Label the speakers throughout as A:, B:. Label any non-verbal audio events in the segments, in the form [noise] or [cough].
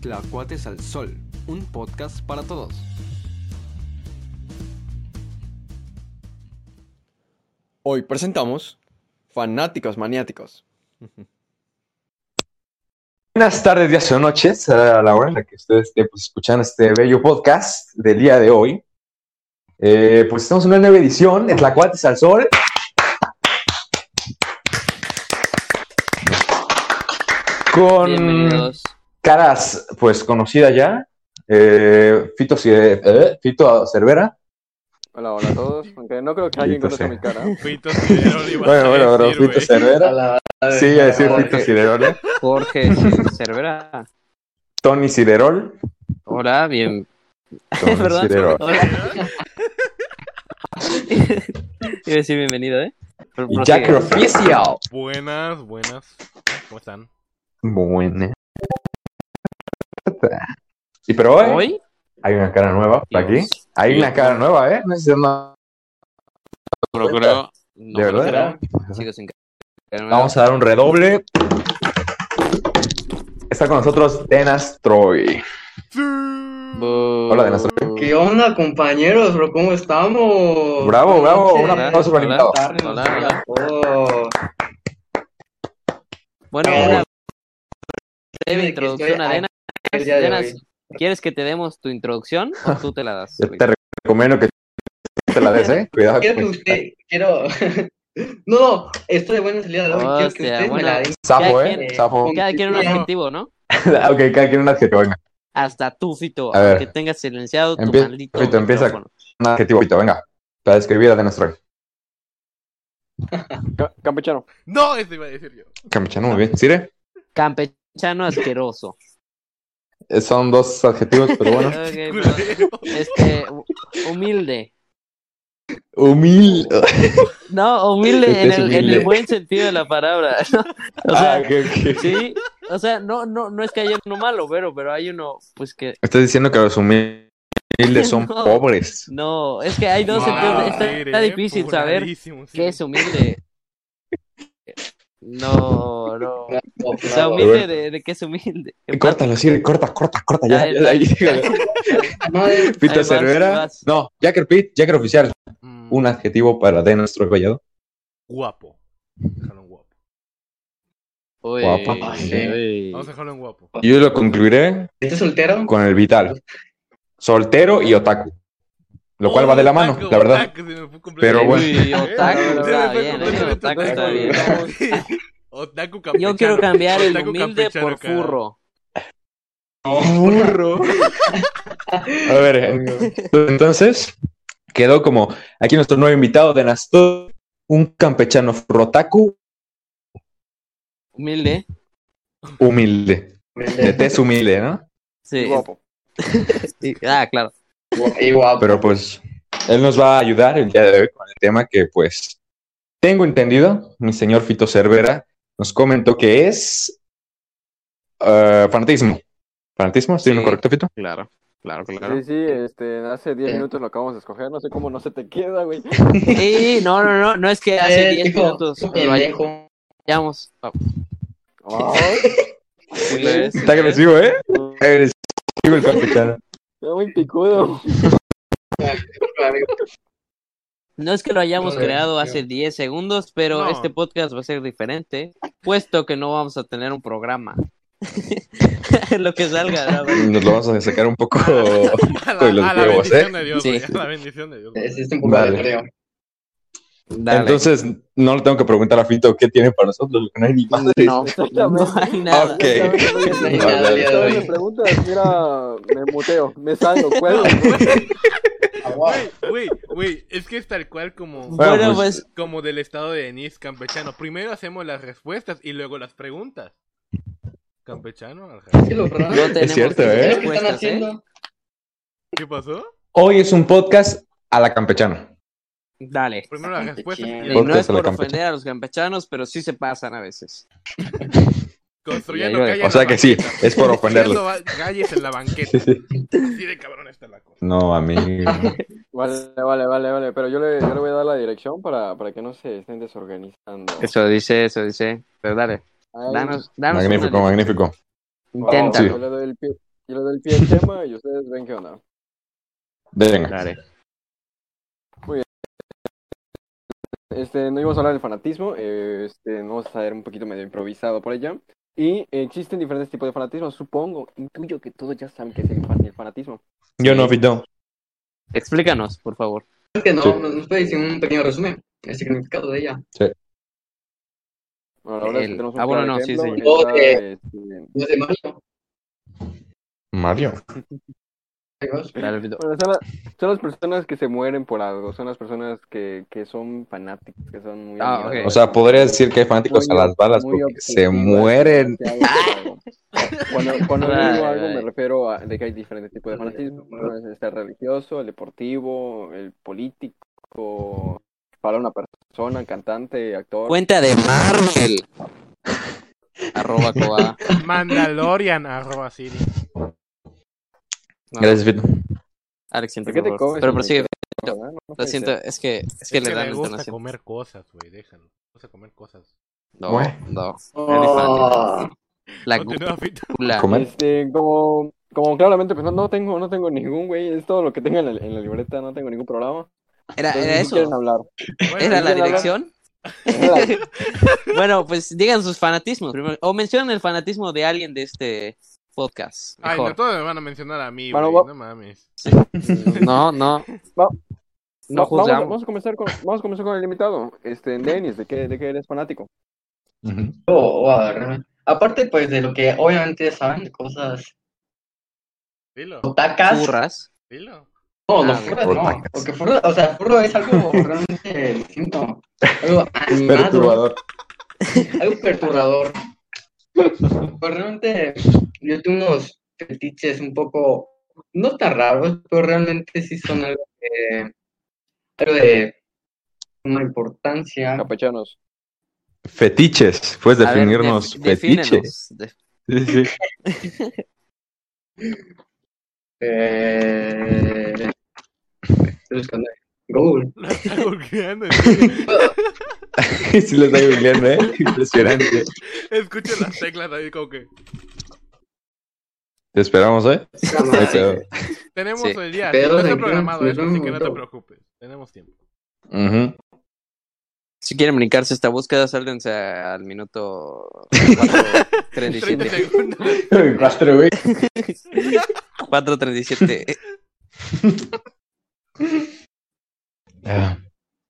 A: Tlacuates al Sol, un podcast para todos.
B: Hoy presentamos Fanáticos Maniáticos.
C: Buenas tardes, días o noches, a la hora en la que ustedes esté, pues, escuchan este bello podcast del día de hoy. Eh, pues estamos en una nueva edición, es la Cuates al Sol. Con
D: Bienvenidos.
C: caras, pues conocidas ya, eh, Fito, Cie- eh, Fito Cervera.
B: Hola, hola a todos. Aunque no creo que alguien
C: Maldito
B: conozca
C: sea.
B: mi cara.
E: Fito [laughs] Ciderol iba
C: Bueno,
E: a
C: bueno, bueno,
E: decir,
C: Fito
E: güey.
C: Cervera. Sí, iba a decir
D: Jorge.
C: Fito Ciderol, ¿eh? [laughs]
D: Jorge C- Cervera.
C: Tony Ciderol.
D: Hola,
C: [laughs]
D: bien.
C: Tony
D: Perdón,
C: Ciderol.
D: Hola. [laughs] Iba a decir bienvenido, ¿eh? Pero
C: Y
D: prosigue.
C: Jack Official.
E: Buenas, buenas. ¿Cómo están?
C: Buena. Y pero hoy,
D: ¿Hoy?
C: hay una cara nueva por aquí.
D: Dios.
C: Hay
F: Sí.
C: una cara nueva, ¿eh? No es una-
F: No creo. No
C: ¿De
F: creo.
C: verdad?
D: Sigo sin creerme.
C: Vamos a dar un redoble. Está con nosotros Denas Troy.
D: Bu-
C: Hola, de nuestro-
F: ¿Qué
D: Hola,
G: ¿Qué onda, compañeros? Bro, ¿Cómo estamos?
C: Bravo, bravo. Un
D: hola,
C: aplauso para el invitado.
G: Buenas tardes
D: Hola,
G: a
C: [laughs]
G: todos.
D: Bueno,
G: Bravo.
D: una
G: Dime
D: breve
G: que
D: introducción,
G: estoy
D: Arenas.
G: el día de
D: Arenas,
G: hoy.
D: ¿quieres que te demos tu introducción o tú te
C: [laughs]
D: la das?
C: Yo
D: güey?
C: te recomiendo que te la des, ¿eh? Cuidado.
G: Quiero
C: [laughs]
G: que usted, quiero... [laughs] no, no, esto de buena salida de hoy. Quiero que
D: Hostia,
G: usted me
D: bueno.
G: la den.
C: Sapo,
D: Ya
C: ¿eh?
G: quiere.
C: Sapo. [laughs]
D: Cada quien un
G: No.
D: adjetivo, ¿no?
C: ok, cada quien un adjetivo. Venga,
D: Hasta tú, Fito,
C: A ver.
D: aunque tengas silenciado tu
C: Empie-
D: maldito
C: Fito, empieza.
D: micrófono.
C: un adjetivo. Pito, venga. Para describir a Denas Troy.
B: Ca- Campechano.
D: [laughs]
E: No, eso iba a decir yo.
C: Camichano, muy bien. ¿Sire?
D: Campechano asqueroso.
C: eh, Son dos adjetivos, pero bueno.
D: Ok,
E: [laughs]
D: perdón.
E: Culero.
D: Este, hu- humilde.
C: [laughs] [laughs] Humil.
D: No, humilde
C: Este
D: en
C: es
D: el, en
C: humilde.
D: el buen sentido de la palabra. O
C: Ah,
D: sea,
C: ok, ok.
D: sí. O sea, no, no, no es que haya uno malo, pero, pero hay uno, pues que.
C: Estás diciendo que los humildes son
D: [laughs] No.
C: pobres.
D: No, es que hay dos
E: Wow,
D: sentidos. Está,
E: sí,
D: está
E: eh,
D: difícil saber
E: purarísimo, sí.
D: qué es humilde. No, no.
G: Bravo,
D: O sea,
G: bravo.
D: humilde de, de qué es humilde.
C: Córtalo, sí, corta, corta, corta, ya,
D: [laughs] Ahí
C: ya,
D: va.
C: ahí, dígalo.
G: Madre,
C: Pito
D: Ahí vas, ahí
C: Cervera.
D: vas.
C: No, Jacker Pit, Jacker Oficial.
E: Mm,
C: Un adjetivo para de nuestro Vallado.
E: Guapo. Vamos a dejarlo en
D: Uy,
E: guapo.
C: Guapo.
B: Eh,
D: uy.
E: Vamos a dejarlo en guapo.
C: Y Yo lo concluiré
G: ¿estás soltero?
C: con el vital. Soltero y otaku. Lo cual va de la mano,
E: Otaku,
C: la verdad.
E: otaku, se me fue
C: Pero
E: completamente.
C: bueno.
D: Uy, otaku,
E: [laughs] Se me fue
D: está bien,
E: completamente
D: otaku está
E: otaku,
D: bien.
E: güey. Otaku campechano.
D: Yo quiero cambiar el
E: Otaku
D: humilde
E: campechano,
D: por
E: cara.
D: furro.
C: Burro. [laughs] A ver, eh, entonces quedó como aquí nuestro nuevo invitado de Nastor, un campechano frotaku
D: Humilde.
C: humilde. De tez humilde, ¿no?
D: Sí.
B: Guapo.
D: Y- Ah, claro.
G: Y guapo.
C: Pero pues él nos va a ayudar el día de hoy con el tema que pues tengo entendido, mi señor Fito Cervera nos comentó que es eh, fanatismo. ¿Fanatismo? ¿Estoy en lo
D: Sí.
C: correcto, Fito?
D: Claro, claro, Eh.
B: Sí, sí, este, hace 10 minutos lo acabamos de escoger. No sé cómo no se te
D: [laughs]
B: queda, güey.
D: Y no, no, no, no es que hace
G: Eh,
D: 10
G: hijo,
D: minutos
G: tú
D: lo
G: pendejo.
D: hallamos. Ah,
B: Ay,
D: pues,
C: Está agresivo, ¿eh? Agresivo el campechano.
B: está muy picudo.
D: No es que lo hayamos
G: Joder,
D: creado
G: tío.
D: hace 10 segundos, pero
E: No.
D: este podcast va a ser diferente, puesto que no vamos a tener un programa. [laughs] lo que salga. ¿no?
C: [laughs] Nos lo vamos a sacar un [laughs] poco
E: A
C: de los
E: la, a la
C: huevos,
E: bendición
C: ¿eh?
E: de Dios,
D: Sí.
E: güey, a la bendición
D: [laughs]
E: de Dios. güey.
G: Existe un poco
C: Vale.
G: de creo.
D: Dale.
C: Entonces, no le tengo que preguntar a Fito qué tiene para nosotros, no hay ni madres.
D: no,
B: [laughs] Exactamente.
D: no hay nada. [laughs]
C: Ok.
B: Exactamente.
C: Vale, vale.
B: Cada vez me preguntas, mira, me muteo, me salgo, cuelgo.
D: [laughs]
G: Ah,
E: Güey, güey, güey, es que es tal cual como,
C: Bueno,
D: Bueno,
C: pues-
D: pues,
E: como del estado de Denis campechano. Primero hacemos las respuestas y luego las preguntas. Campechano, ajá.
G: Sí, lo verdad.
D: pues, no tenemos
C: cierto, ¿eh?
G: ¿Qué es lo que están
D: respuestas, ¿eh?
G: haciendo?
E: ¿qué pasó?
C: Hoy es un podcast a la campechana.
D: Dale.
E: Primero las respuestas y
G: Campechano.
D: Y
E: luego
D: no
C: Podcast
D: es
C: a la
D: por
C: campecha-
D: ofender a los campechanos, pero sí se pasan a veces.
E: construyendo
D: Y ahí lo
E: calles.
C: O
E: en
C: sea
E: la
C: que sí,
E: banqueta.
C: es por ofenderlos.
E: Construyendo ba- calles en la banqueta. Así de cabrón está la cosa.
C: No,
D: [laughs]
C: amigo.
B: Vale, vale, vale, vale. Pero yo le, yo le voy a dar la dirección para, para que no se estén desorganizando.
D: Eso dice, eso dice. Pero dale,
B: Ay,
D: danos, danos una
C: Magnífico, magnífico.
B: Wow.
D: Inténtalo.
B: Yo le doy el pie, Yo le doy el pie al tema y ustedes ven qué onda.
C: Venga.
D: Dale.
B: Este, no íbamos a hablar del fanatismo, eh, este, vamos a ver un poquito medio improvisado por ella. Y eh, existen diferentes tipos de fanatismo, supongo, intuyo que todos ya saben qué es el, fan- el fanatismo.
C: Yo no, Vito.
D: Explícanos, por favor.
G: Es que no,
C: Sí.
G: nos nos puede decir un pequeño resumen, el significado de ella.
B: Bueno, la verdad es que
D: El-
B: tenemos un
D: ah, bueno,
B: claro
D: no, sí,
B: ejemplo,
D: sí.
B: está,
G: Oh, de-
B: este,
G: No sé, Mario.
C: Mario.
G: ahí vas.
D: Dale, Vito.
B: Bueno, son, la- son las personas que se mueren por algo, son las personas que, que son fanáticas, que son muy...
D: Ah,
B: admiradoras.
D: ok.
C: O sea, podría decir que hay fanáticos
B: Muy-
C: a las balas
B: muy
C: porque se
B: obsesivas, [laughs]
C: mueren.
D: [laughs]
B: demasiado por algo. Cuando, cuando
D: Ay,
B: digo algo
D: ay.
B: me refiero a de que hay diferentes tipos de fanatismo. Uno es este religioso, el deportivo, el político, para una persona, cantante, actor.
D: Cuenta de Marvel. [laughs] Arroba [laughs] Cobada.
E: Mandalorian, arroba Siri.
D: No,
C: Gracias, Vito.
D: Alex, siente
B: ¿Por qué te
D: horror.
B: comes?
D: Pero prosigue,
B: No, no, no
D: lo
B: puede
D: siento,
B: ser.
D: es que, es que
E: Es
D: le dan
E: le gusta
D: entonación.
E: comer cosas, güey, déjalo. Le gusta comer cosas.
D: No,
C: Bueno.
D: no.
G: Oh,
D: La [laughs]
E: Continúa, Fito.
D: gula.
C: Comer.
B: Este, como, como claramente, pues no, no tengo, no tengo ningún güey, es todo lo que tenga en la, en la libreta, no tengo ningún programa.
D: Era,
B: Entonces,
D: era
B: si quieren
D: Ah, eso.
B: hablar.
E: Bueno,
D: Era la
B: ¿quieren hablar?
D: dirección. bueno, pues digan sus fanatismos primero. O mencionen el fanatismo de alguien de este podcast.
E: Ay, no
D: Mejor.
E: todos me van a mencionar a mí,
B: Bueno,
E: güey,
B: va-
E: no mames.
D: No, no.
B: Va-
D: [laughs] No
B: Va- vamos,
D: juzgamos.
B: vamos a comenzar con, vamos a comenzar con el invitado. Este, Denis, ¿de qué, de qué eres fanático?
C: Ujú.
G: oh, wow, realmente. Aparte, pues, de lo que obviamente saben, cosas
E: Dilo,
G: [laughs] otacas.
D: Burras.
E: dilo. [laughs]
G: No,
D: Ah,
G: los furros no.
C: otacas.
G: Porque furro, o sea, furro es algo realmente distinto. Algo animado.
C: Perturbador.
G: Algo perturbador. Pues realmente yo tengo unos fetiches un poco, no tan raros, pero realmente sí son algo de, algo de una importancia.
B: pues. Capechanos.
C: Fetiches. Puedes
D: A ver,
C: definirnos
D: def-
C: fetiches. [laughs] Sí, sí,
D: defínenos. De-
C: sí.
G: eh, estoy buscando en Google.
E: Lo está googleando, en serio.
C: Sí les estoy viviendo, [laughs] ¿eh? Impresionante.
E: Escucho las teclas ahí como que...
C: Te esperamos, ¿eh? No hay pedo.
E: Tenemos
D: Sí.
E: el día,
G: Pero
E: no está
G: de-
E: programado
G: de-
E: eso, así que no te
G: de-
E: preocupes. Tenemos tiempo.
C: Ujú.
D: Si quieren brincarse esta búsqueda, sálvense al minuto
E: [laughs]
D: 4.37.
E: 30 segundos.
C: Uy, rastro, güey.
D: 4.37.
C: Ah,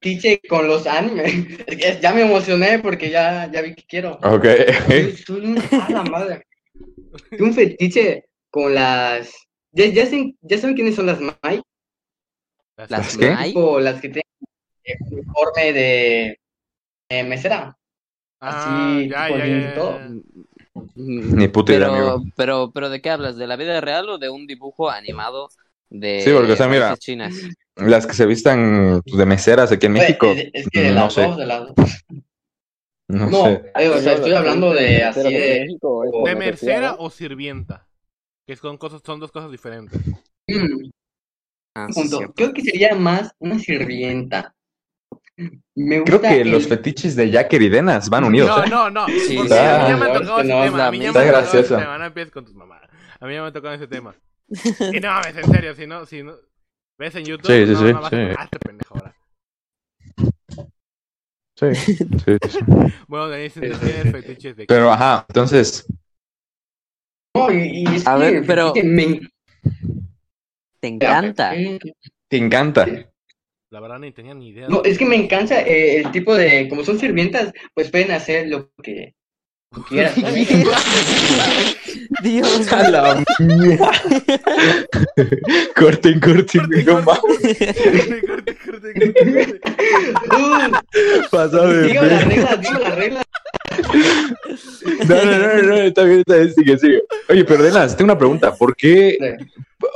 G: Fetiche con los animes. [laughs] Es que Ya me emocioné porque ya, ya vi que quiero.
C: Ok. [laughs]
G: Soy- soy un- a la madre. Soy un fetiche con las. ¿Ya, ya, saben, ya saben quiénes son las Mai?
D: Las
C: ¿Qué?
D: Mai.
G: Tipo, las que tienen eh, uniforme de eh, mesera.
E: Ah,
G: Así,
E: ya,
G: tipo,
E: ya,
G: ni
E: ya,
G: todo.
E: ya.
C: Ni puta idea,
D: mm, Pero,
C: amigo.
D: pero, pero, ¿de qué hablas? ¿De la vida real o de un dibujo animado de
C: Sí, porque, o sea, mira,
D: raíces chinas?
C: Las que se vistan pues, de meseras aquí en México. Mm,
G: Pues, es, es que de
C: no
G: las
C: sé.
G: dos, de las dos.
C: eh, No,
G: No,
C: sé.
G: eh, o sea, estoy hablando de así de.
E: ¿De mercera o sirvienta? Que son, cosas, son dos cosas diferentes.
G: Mm,
D: Ah, sí,
G: punto.
D: cierto.
G: Creo que sería más una sirvienta. Me gusta
C: Creo que
G: el-
C: los fetiches de Jacker y Denas van unidos,
E: No,
C: ¿eh?
E: no, no.
D: Sí,
E: porque
C: sí,
E: a mí ya
C: sí.
E: me ha tocado ese
G: No, es
E: tema.
D: la
E: A mí ya
D: misma.
E: me ha
C: Está
E: tocado ese
C: graciosa.
E: tema. No empieces con tus mamás. A mí ya me ha tocado ese tema.
G: [laughs]
E: Y no, mames, en serio, si no, si no. ¿Ves en YouTube?
C: Sí, sí,
E: no,
C: sí,
E: no vas a-
C: sí.
E: Ah, este pendejo ahora.
C: Sí, sí, sí.
E: Bueno, Denis, entonces
G: Sí, sí,
E: tienes
G: sí.
E: fetiches de
C: Pero, ajá, entonces,
G: No, y, y es
D: A
G: que
D: ver,
G: el
D: pero-
G: fetiche me
D: Te encanta.
C: te encanta.
E: La verdad ni tenía ni idea.
G: No, es que me encanta eh, el tipo de, como son sirvientas, pues pueden hacer lo que quieran.
D: Dios.
C: A la mierda. corten, corten, no más
E: Corte, corte, corte, corte, corte.
G: Uh,
C: pasado de
G: digo las
C: ver.
G: reglas, digo las reglas.
C: No, no, no, no, no, está bien, está bien, sigue, sigue. Oye, pero Denas, tengo una pregunta. ¿Por qué,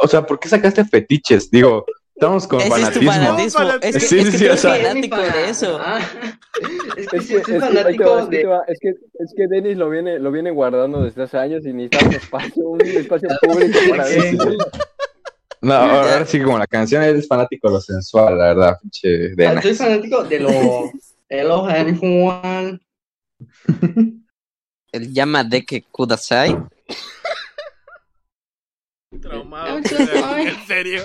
C: o sea, por qué sacaste fetiches? Digo, estamos con
D: Ese es tu
C: fanatismo.
D: fanatismo.
E: No,
D: Es
C: Sí,
D: que, es
C: sí,
D: que
C: sí,
D: tú
C: o
D: eres
C: sea-
D: fanático de eso.
G: Ah, [laughs] es que
B: Es
G: sí,
B: que,
G: yo
B: es que, ahí te
G: soy
B: va,
G: fanático
B: es que te
G: de...
B: va, es que, es que Denis lo viene, lo viene guardando desde hace años y necesita un espacio, un espacio
G: [laughs]
B: público para
G: Sí, sí,
B: decirlo.
C: No, ahora ahora sí que como la canción eres fanático de lo sensual, la verdad, pinche Denas.
G: ah, Soy fanático de lo... De los San Juan. [laughs]
D: El llama de que Kudasai.
G: [laughs] Ay, yo
E: [laughs]
G: soy.
E: ¿En serio?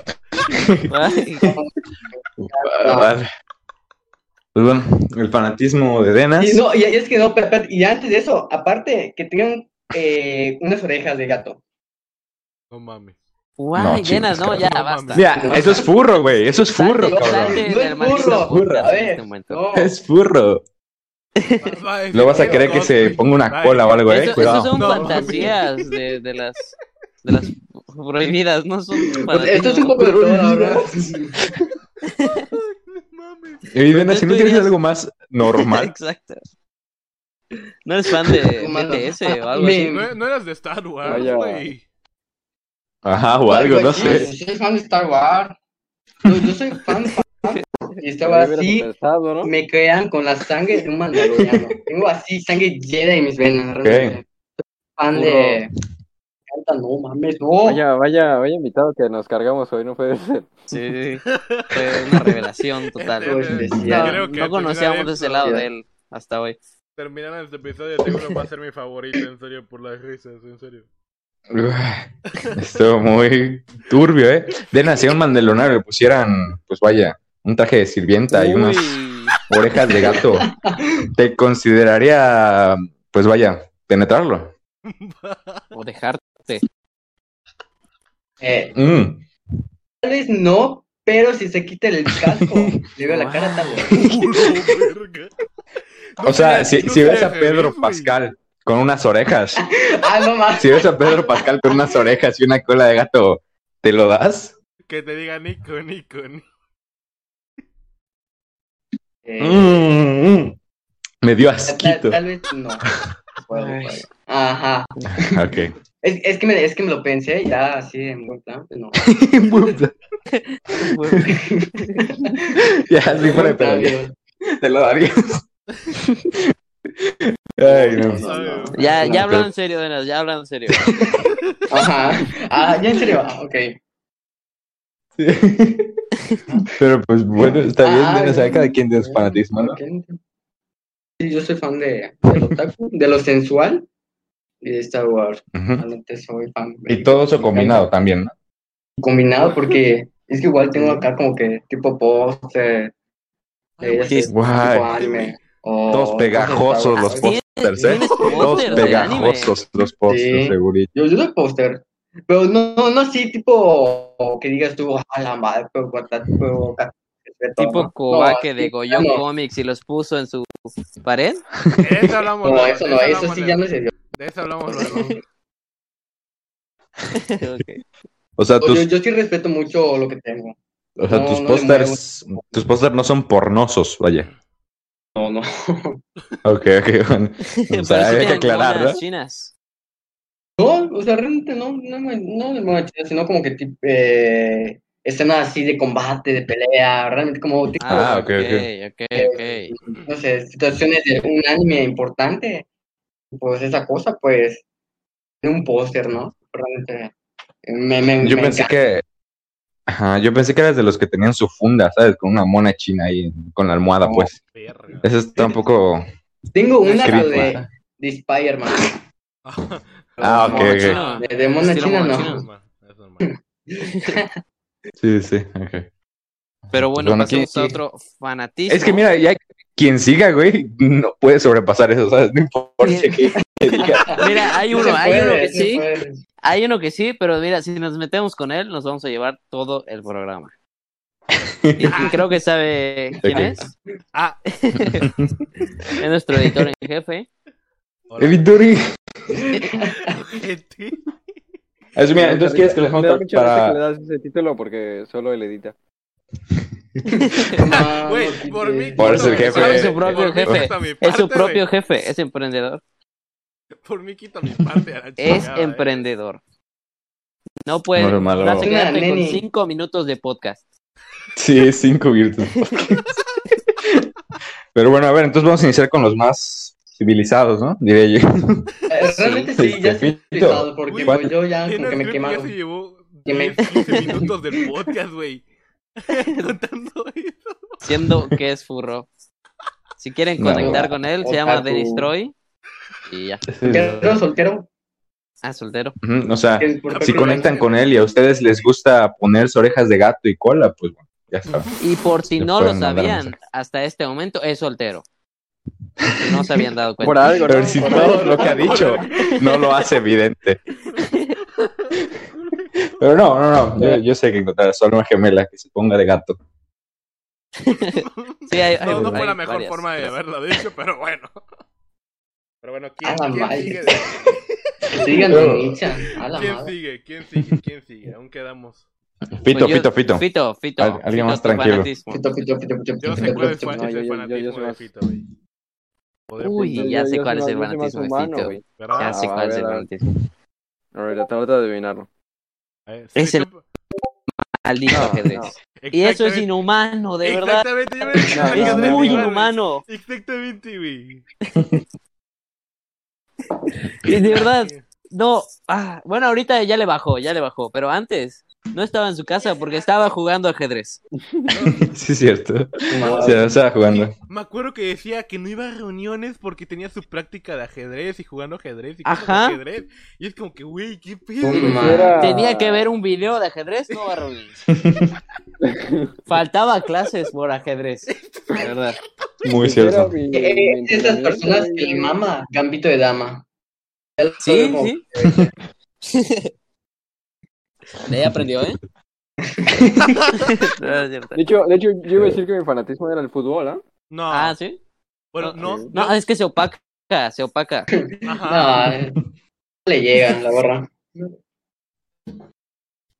D: Ay,
C: Vale. Pues bueno, el fanatismo de Denas.
G: Y no, y, y es que no, pero- pero- y antes de eso, aparte que tengan eh, unas orejas de gato.
E: No mames.
D: Guay,
C: No,
D: llenas, no,
C: chicos,
D: ya,
E: no
D: basta.
E: mames.
C: Mira, eso es furro, güey. Eso es furro,
D: Salte-
C: cabrón.
D: salte
G: No
D: del
G: es
D: hermanito
G: burro.
D: podcast
G: A
D: en
G: ver,
D: este momento.
G: No,
C: Es furro.
E: Va a decir,
C: Lo vas a
E: "Qué
C: querer que se
E: horror".
C: ponga una
E: Ay,
C: cola o algo, eh.
D: Eso-
C: Cuidado.
D: Esas son
E: No,
D: fantasías de, de las de las prohibidas, no son
G: O sea, Pues, esto es un
D: fanatismos.
G: poco de todo, ahora. [laughs]
E: No mames.
C: Y Denas, si
D: tú
C: no tienes
D: dirías-
C: algo más normal.
D: [laughs] Exacto. ¿No eres fan de
G: [laughs] Humano.
D: BTS o algo
G: Me-
D: así?
E: No, no eras de Star Wars,
B: Vaya.
E: güey.
C: Ajá, o algo, no
G: así.
C: sé.
G: Yo soy fan de Star Wars. Yo, yo soy fan, fan. Y estaba
B: Lo hubieras
G: así,
B: pensado, ¿no?
G: me crean con la sangre de un mandaloriano. Tengo así sangre Jedi en mis venas. realmente. Soy Fan de. Canta, No mames,
D: Ah,
G: no.
B: Vaya, vaya, vaya invitado que nos cargamos hoy, no puede ser.
D: Sí, fue una
G: [laughs]
D: revelación total.
G: Pues,
D: No,
G: decía,
E: creo que
D: no conocíamos
E: terminar
D: ese lado
G: esto-
D: de él hasta hoy.
E: Terminando este episodio, seguro va a ser mi favorito, en serio, por las risas,
C: [laughs]
E: en serio.
C: Estuvo muy turbio, eh. Denas, si a un mandalonario le pusieran, pues vaya, un traje de sirvienta y unas
D: Uy,
C: orejas de gato, ¿te consideraría, pues vaya, penetrarlo?
D: o dejar.
G: Eh,
C: Mm.
G: Tal vez no, pero si se quita el
D: [laughs]
G: casco, le veo la cara tal vez.
E: Puro Oh, verga.
C: O sea,
E: serías-
C: si,
E: no
C: si ves a
E: serías
C: Pedro
E: feliz, güey.
C: Pascal con unas orejas,
G: Ah, no
C: [laughs]
G: más.
C: si ves a Pedro Pascal con unas orejas y una cola de gato, ¿te lo das?
E: Que te diga Nico, Nico, Nico.
G: Eh,
C: Mm, mm. Me dio
G: tal,
C: asquito.
G: tal vez
C: [laughs]
G: no. Puedo,
D: Ay.
G: puedo. Ajá.
C: Ok.
G: Es, es que me, es que me lo pensé ya así en buen plan. pero No.
C: [laughs] ya, así fuera de
G: Tal
C: pedo.
G: vez.
C: Te lo darías. [laughs] Ay, no.
E: no.
D: [laughs] Ya, ya
C: No,
D: hablando
C: pero-
D: en serio, Denas, ya hablando
C: [laughs]
D: en serio.
G: Ajá. Ah, ya en serio. Ah, ok.
C: Sí. Pero pues bueno, está bien,
G: Ah,
C: no sé, cada quien de su
G: ok.
C: fanatismo, ¿no?
G: Ok. Sí, yo soy fan de, del otaku, de lo sensual y de Star Wars.
C: Ujú.
G: Realmente soy fan.
C: Y todo eso combinado también, ¿no?
G: Combinado porque es que igual tengo acá como que tipo póster. de
E: Ay,
G: esas
C: Guay.
G: tipo anime, o-
C: Todos pegajosos los
G: Sí,
C: pósters, ¿eh?
D: Tienes
C: Todos
D: póster de anime.
C: pegajosos los pósters,
G: Sí.
C: segurito.
G: Yo yo soy póster. Pero no, no, no así tipo que digas tú, a la madre, pero guata, pero guata",
D: Tipo
G: no,
D: Kobake de
G: así,
D: Goyon
G: no,
D: Comics y los puso en su pared.
C: [laughs]
D: [laughs]
E: De eso hablamos.
G: [laughs] No,
E: luego,
G: eso
E: de
G: no, eso
E: hablamos
G: sí ya
E: luego.
G: no se dio.
E: De eso hablamos
G: [laughs]
E: luego.
D: [laughs] Ok.
C: O sea,
G: Yo,
C: tus,
G: yo sí respeto mucho lo que tengo.
C: o sea,
G: Pues no,
C: tus
G: no le
C: pósters, tus pósters no son pornosos, vaya.
G: No, no.
C: Ok, ok, bueno. O sea, hay
D: Parecen
C: que aclarar,
D: monas
C: ¿no?
D: chinas.
G: No, o sea, realmente no, no, me- no de manera chida, sino como que tipo, eh, escenas así de combate, de pelea, realmente como tipo,
C: Ah, ok,
D: ok, ok,
G: no sé, situaciones de un anime importante, pues esa cosa, pues, de un póster, ¿no? Realmente me, me,
C: Yo
G: me
C: pensé
G: encanta.
C: que. Ajá, yo pensé que eras de los que tenían su funda, ¿sabes? Con una mona china ahí, con la almohada,
G: No.
C: pues.
E: Verga.
C: Eso está un poco.
G: Tengo una pero
C: creepy.
G: de, de Spider-Man.
C: Ah, ok,
D: Mono
C: ok.
D: chino.
G: De, de Mona
D: Estilo
G: China,
D: mono
G: no.
E: Es normal, es normal.
C: [laughs] Sí, sí, ok.
D: Pero bueno,
C: Pues Bueno, aquí-
D: pasemos a otro fanatismo.
C: Es que mira, ya quien siga, güey, no puede sobrepasar eso, ¿sabes? No importa que, que diga.
D: Mira, hay
G: No
D: uno,
G: se
D: hay uno
G: puede,
D: que
G: no se
D: sí,
G: puede.
D: hay uno que sí, pero mira, si nos metemos con él, nos vamos a llevar todo
C: [laughs]
D: el programa. Y, y creo que sabe quién
C: Ok.
D: es.
E: Ah,
D: [laughs] Es nuestro editor en jefe.
E: hola,
C: Vittori.
E: gente.
C: Eso, mira, entonces quieres que le
B: Me da
C: dejamos
B: mucha risa que le
C: para.
B: das ese título porque solo él edita.
G: Ah, no,
E: Güey,
G: sí,
E: por
G: sí.
E: mí.
C: Por eso el jefe.
E: quítame-
C: Es su
D: propio
E: por mí
D: jefe.
E: quita mi
D: Es su
E: parte,
D: propio
E: güey.
D: jefe, es emprendedor.
E: Por mí quita mi parte. a la
D: Es
E: chingada, eh.
D: emprendedor. No puede
C: Malo, malo.
D: no te
G: Una
D: quedaste con
G: neni.
D: cinco minutos de podcast.
C: Sí, es cinco
B: [laughs]
C: virtudes. Pero bueno, a ver, entonces vamos a iniciar con los más civilizados, ¿no? Diría yo. Este,
G: Eh,
C: [laughs]
G: Realmente sí, ya estoy
C: Pepito.
G: utilizado porque
E: Uy,
G: pues, yo ya
E: Sí,
G: como
E: no,
G: que
E: creo que
G: me
E: ya se
G: quemaron.
E: llevó
G: Que me-
E: 10, 15 minutos del podcast, güey.
D: [laughs]
E: Contando eso.
D: Siendo que es furro. Si quieren
C: No.
D: conectar con él, se llama
G: Otaku.
D: Denis Troy. Y ya.
G: ¿Soltero? ¿Soltero?
D: Ah, soltero.
C: Ujú, O sea,
G: El portero
C: Ah, si
G: que-
C: conectan con él y a ustedes les gusta ponerse orejas de gato y cola, pues bueno, ya saben.
D: Y por si
C: Le
D: no lo
C: pueden mandar
D: sabían,
C: mensajes.
D: hasta este momento es soltero. No se habían
C: [laughs]
D: dado
B: Por
D: cuenta.
B: algo, ¿no?
C: Pero si
B: Por
C: todo
B: algo.
C: lo que ha dicho no lo hace evidente. Pero no, no, no. Yo, yo sé que encontrar solo una gemela que se ponga de gato.
D: Pues Sí, hay- hay-
E: No, no fue
D: hay
E: la mejor
D: varias.
E: forma de haberlo dicho, pero bueno. Pero bueno, ¿quién,
G: A la
E: quién
G: madre.
E: sigue? de-
G: Sigan de Nichan, a la
E: ¿Quién
G: madre.
E: sigue? ¿Quién sigue? ¿Quién sigue? Aún quedamos.
C: Pito,
D: Pues yo-
C: pito, pito.
D: Fito, Fito.
C: Al- alguien
D: Fito,
C: más
D: tu
C: tranquilo.
D: fanatismo.
G: Pito, pito, pito, pito,
E: Yo
G: pito,
E: sé
G: pito,
E: cuál es
G: pito,
E: fan-
B: No,
E: es
B: yo-
E: el
B: yo- yo- yo
E: fanatismo
B: soy
E: de
B: más-
E: Fito, güey. Podría
D: Uy,
E: apuntar,
D: ya sé
B: soy
D: cuál es
B: más-
D: el
B: yo soy más
D: fanatismo de
B: humano,
D: Fito.
B: güey.
E: ¿verdad?
D: Ya sé
B: Ah,
D: cuál es el
B: ¿verdad?
D: fanatismo.
B: A ver, trata de adivinarlo.
E: A ver,
D: Es
E: sí,
D: el-
E: tú-
D: Maldito
B: No,
D: ajedrez.
B: no.
D: Y eso es
E: exactamente-
D: inhumano, de verdad.
E: Exactamente, yo me dije,
B: No,
E: "Ay,
B: no,
E: Andrés
D: Es
B: no,
D: muy
B: no.
E: Iguales".
D: inhumano.
E: Exactamente, güey.
D: Y de verdad, no. Ah, bueno, ahorita ya le bajó, ya le bajó. Pero antes no estaba en su casa porque estaba jugando ajedrez.
C: Sí, es cierto.
G: pito.
D: Ah,
C: Se la estaba jugando.
E: Sí, me acuerdo que decía que no iba a reuniones porque tenía su práctica de ajedrez y jugando ajedrez y cosas de
D: Ajá.
E: ajedrez. Y es como que, güey, qué pedo.
G: Toma.
E: güey?
B: Quisiera-
D: Tenía que ver un video de ajedrez, no va a
B: [laughs]
D: reunirse. Faltaba clases por ajedrez. [laughs] De verdad.
C: Muy
B: Quisiera
C: cierto.
B: mi- mi
G: Eh, Esas
B: entrenamiento,
G: personas que
B: güey.
G: le mama Gambito de Dama. Ya lo
D: Sí,
G: veo como-
D: sí. De ahí aprendió, ¿eh? No, es cierto.
B: De hecho, de hecho, yo iba a decir que mi fanatismo era el fútbol, ¿ah?
D: [laughs]
E: No,
D: Ah, ¿sí?
E: bueno, no.
D: No, eh, es que se opaca, se opaca.
E: Ajá.
G: No, eh, no le llegan, la borra.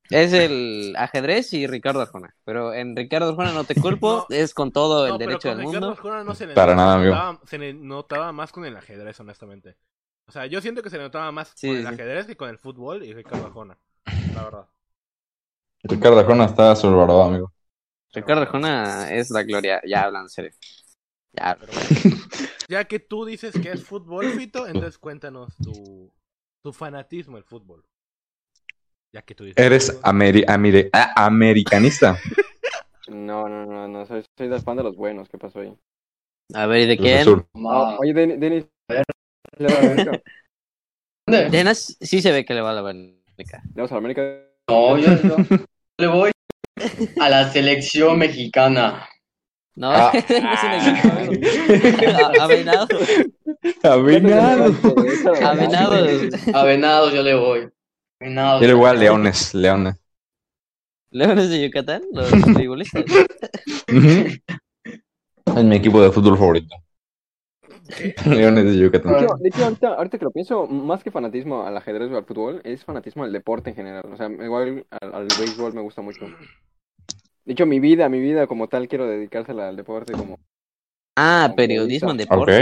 D: Es el ajedrez y Ricardo Arjona. Pero en Ricardo Arjona no te culpo,
E: No.
D: es con todo el
E: No, pero
D: derecho
E: con
D: del
E: Ricardo
D: mundo.
E: Arjona no se le
C: Para nada, amigo.
E: notaba, se le notaba más con el ajedrez, honestamente. O sea, yo siento que se le notaba más
D: Sí,
E: con el
D: sí.
E: ajedrez que con el fútbol y Ricardo Arjona. La verdad.
C: Ricardo Arjona está sobrevalorado, amigo.
D: Ricardo Arjona es la gloria, ya hablan en serio. Ya hablan.
E: Pero bueno.
C: [laughs]
E: Ya que tú dices que es fútbol, Fito, entonces cuéntanos tu, tu fanatismo al fútbol. Ya que tú dices.
C: Eres
E: fútbol.
C: ameri- amire- ah, americanista.
B: No, no, no, no, soy, soy del fan de los buenos, ¿qué pasó ahí?
D: A ver, ¿y de
C: Cruz
D: quién?
C: Azul.
B: Ah, oye, Denis, Denis. ¿Le vas a América?
G: ¿Dónde?
D: Denas sí se ve que le va a la América.
B: ¿Le vas a América?
G: No, yo, yo le voy a la selección mexicana.
D: No, [laughs]
C: Ah.
D: no es un equipo.
E: Ah.
D: A, a
E: [laughs]
D: Venado,
B: [laughs]
C: Avinado.
D: a Venado.
G: A Venados yo le voy. Venados.
C: Yo igual Leones, Leones.
D: Leones de Yucatán,
C: [laughs]
D: los futbolistas.
C: Ujú. Es mi equipo de fútbol favorito. [laughs] Leones de
B: De
C: Yucatán.
B: hecho, de hecho, ahorita, ahorita que lo pienso, más que fanatismo al ajedrez o al fútbol, es fanatismo al deporte en general. O sea, igual al, al béisbol me gusta mucho. De hecho, mi vida, mi vida como tal, quiero dedicársela al deporte como...
D: Ah, periodismo en deporte.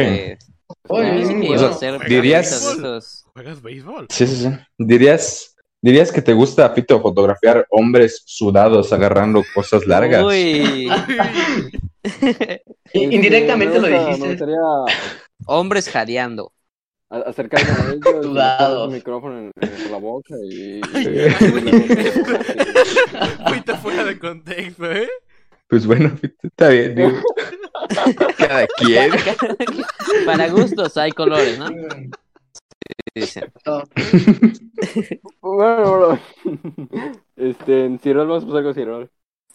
G: Oye,
B: Ah,
D: Yo pensé que iba a
G: bueno,
D: ser
C: dirías-
D: periodista de esos.
E: ¿Juegas béisbol?
C: Sí, sí, sí. ¿Dirías, dirías que te gusta, Pito, fotografiar hombres sudados agarrando cosas largas? [laughs]
D: Uy.
G: in- indirectamente
B: me
G: lo
B: gusta- Me
G: dijiste.
B: gustaría
D: Hombres jadeando.
B: a- acercarme a ellos,
G: Sudados.
B: el micrófono en, en la boca y...
E: [laughs] Fito fuera de contexto, ¿eh?
C: Pues bueno, [laughs] Pito, está bien, digo. Cada quien.
D: Para gustos hay colores, ¿no? Dicen.
B: [laughs] Bueno, bueno. [laughs] Este, en Cirol vamos a pasar con Cirol.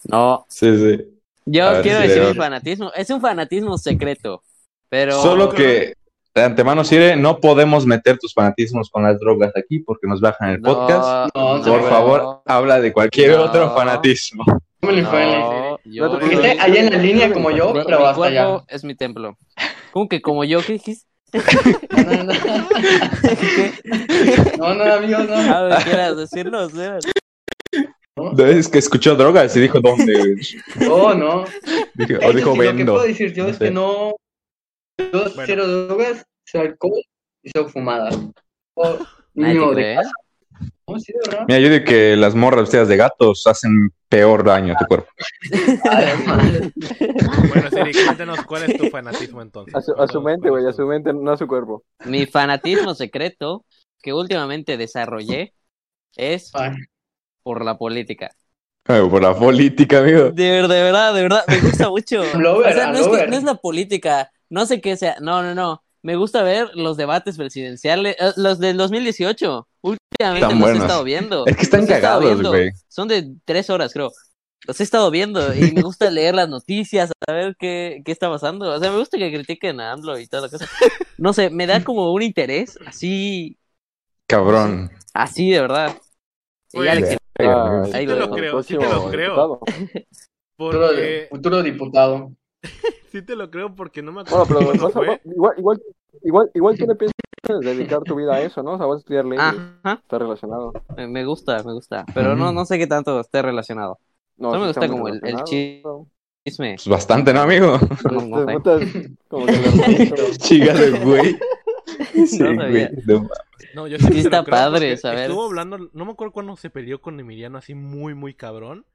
D: No.
C: Sí, sí. A
D: Yo
C: ver
D: quiero
C: si
D: decir
C: leo.
D: mi fanatismo. Es un fanatismo secreto. Pero.
C: Solo que de antemano, Sire, no podemos meter tus fanatismos con las drogas aquí porque nos bajan el
D: No,
C: podcast.
G: No,
C: Por
G: no.
C: favor, habla de cualquier
D: No.
C: otro fanatismo.
G: ¿Cómo le fue?
D: No, yo-
B: No
G: Que esté
B: Pero-
G: allá en la línea como yo,
D: Mi-
G: pero
D: mi
G: hasta allá.
D: cuerpo es mi templo. ¿Cómo que como yo? ¿Qué dijiste? [laughs]
G: No, no, [laughs] no, no, amigos, no.
D: Ah, ¿me quieras decirlo, o sea?
C: Es que escuchó drogas y dijo, ¿dónde?
G: Oh, No, no.
C: Dije-
G: Eso
C: o dijo,
G: sí, Lo que
C: vendo.
G: puedo decir yo
C: No
G: es
C: sé.
G: que no. Yo
E: Bueno.
G: cero drogas, cero alcohol y cero fumada. O
D: Nadie
G: mínimo
D: te
G: de
D: cree.
G: casa. No, sí, de
C: [laughs]
G: verdad.
C: Mira, yo digo que las morras vestidas de gatos hacen peor daño a tu cuerpo.
G: Ay, Ah, madre.
E: Bueno, Siri, cuéntanos cuál es tu fanatismo entonces.
B: A su, a su mente, güey, a su mente, no a su cuerpo.
D: Mi fanatismo secreto que últimamente desarrollé es
G: Ay.
D: por la política.
C: Ay, Por la política, amigo.
D: De, ver- de verdad, de verdad, me gusta mucho.
G: [laughs] Lover,
D: O sea, no, es que-
G: lover.
D: no es la política, no sé qué sea, no, no, no. me gusta ver los debates presidenciales, eh, los del 2018. Últimamente
C: Están
D: los
C: buenos.
D: he estado viendo.
C: Es que están
D: Los he estado
C: cagados,
D: viendo.
C: güey.
D: Son de tres horas, creo. Los he estado viendo y me gusta [laughs] leer las noticias, saber qué, qué está pasando. O sea, me gusta que critiquen a AMLO y toda la cosa. No sé, me da como un interés, así,
C: Cabrón.
D: así de verdad. Y ya le
E: Güey,
B: Ah,
E: Sí te lo
B: al
E: creo, sí te lo
B: próximo
E: creo.
B: diputado.
G: Futuro,
E: Porque
G: futuro diputado.
E: sí te lo creo porque no me
B: Bueno,
E: acuerdo [laughs]
B: pero
E: cuándo
B: vas a-
E: fue.
B: igual, igual, igual, igual tú le piensas dedicar tu vida a eso, ¿no? O sea, vas a estudiar leyes,
D: Ajá,
B: está relacionado.
D: me- me gusta, me gusta. Pero no,
C: Mm.
D: no sé qué tanto esté relacionado.
B: No,
D: No
B: sí
D: me
B: está
D: gusta
B: muy
D: como el- el
B: relacionado.
D: chi-
C: [laughs]
D: Chisme.
C: Pues bastante, ¿no, amigo?
D: [laughs] No, no
B: Este,
D: sé.
B: putas, como que le-
C: Chígale,
D: [laughs]
C: güey. Sí,
D: sabía.
C: güey. No,
E: No, yo sí te lo
D: está
E: creo
D: padre
E: porque
D: saber.
E: Estuvo hablando, no me acuerdo cuándo se peleó con Emiliano así muy, muy cabrón.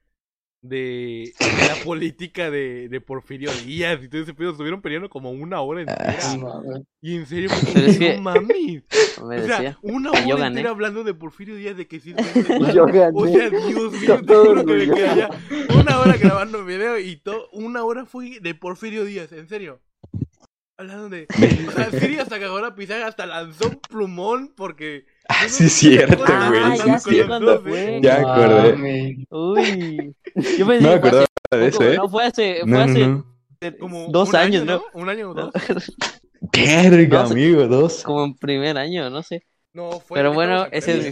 E: De la política de, de Porfirio Díaz y todo ese pedo. Estuvieron peleando como una hora entera. Y en serio, fue como,
D: Ah, Pero es
E: "No
D: que-
E: mames".
D: Me
E: O
D: decía.
E: sea, una
D: que yo
E: hora
D: gané.
E: entera hablando de Porfirio Díaz de
B: [laughs]
E: que sí.
B: Yo gané.
E: O
C: [laughs]
E: sea, Dios mío, te
B: Todo
E: juro que me
B: orgulloso.
E: quedé allá una hora grabando un video y todo, una hora fue de Porfirio Díaz, en serio. Hablando de. O sea, Siri hasta que ahora Pizarra hasta lanzó un plumón porque.
C: Ah, sí, es cierto,
D: Ah,
C: güey.
D: ya
C: Sí, es
D: sé
C: cierto.
D: cuándo
E: ¿eh?
D: fue.
C: Ya acordé.
G: Ah,
D: Uy.
C: No [laughs]
D: Yo pensé
C: me
D: que fue
C: acordaba
D: hace
C: de
D: poco,
C: eso, ¿eh?
D: No, fue hace, fue
C: No, no,
D: hace
C: no.
E: Como
D: dos
E: un
D: años,
E: año, ¿no? Un año o dos.
C: Verga,
D: No sé.
C: amigo, dos.
D: Como en primer año, no sé.
E: No, fue.
D: Pero bueno,
E: estamos
D: ese es mi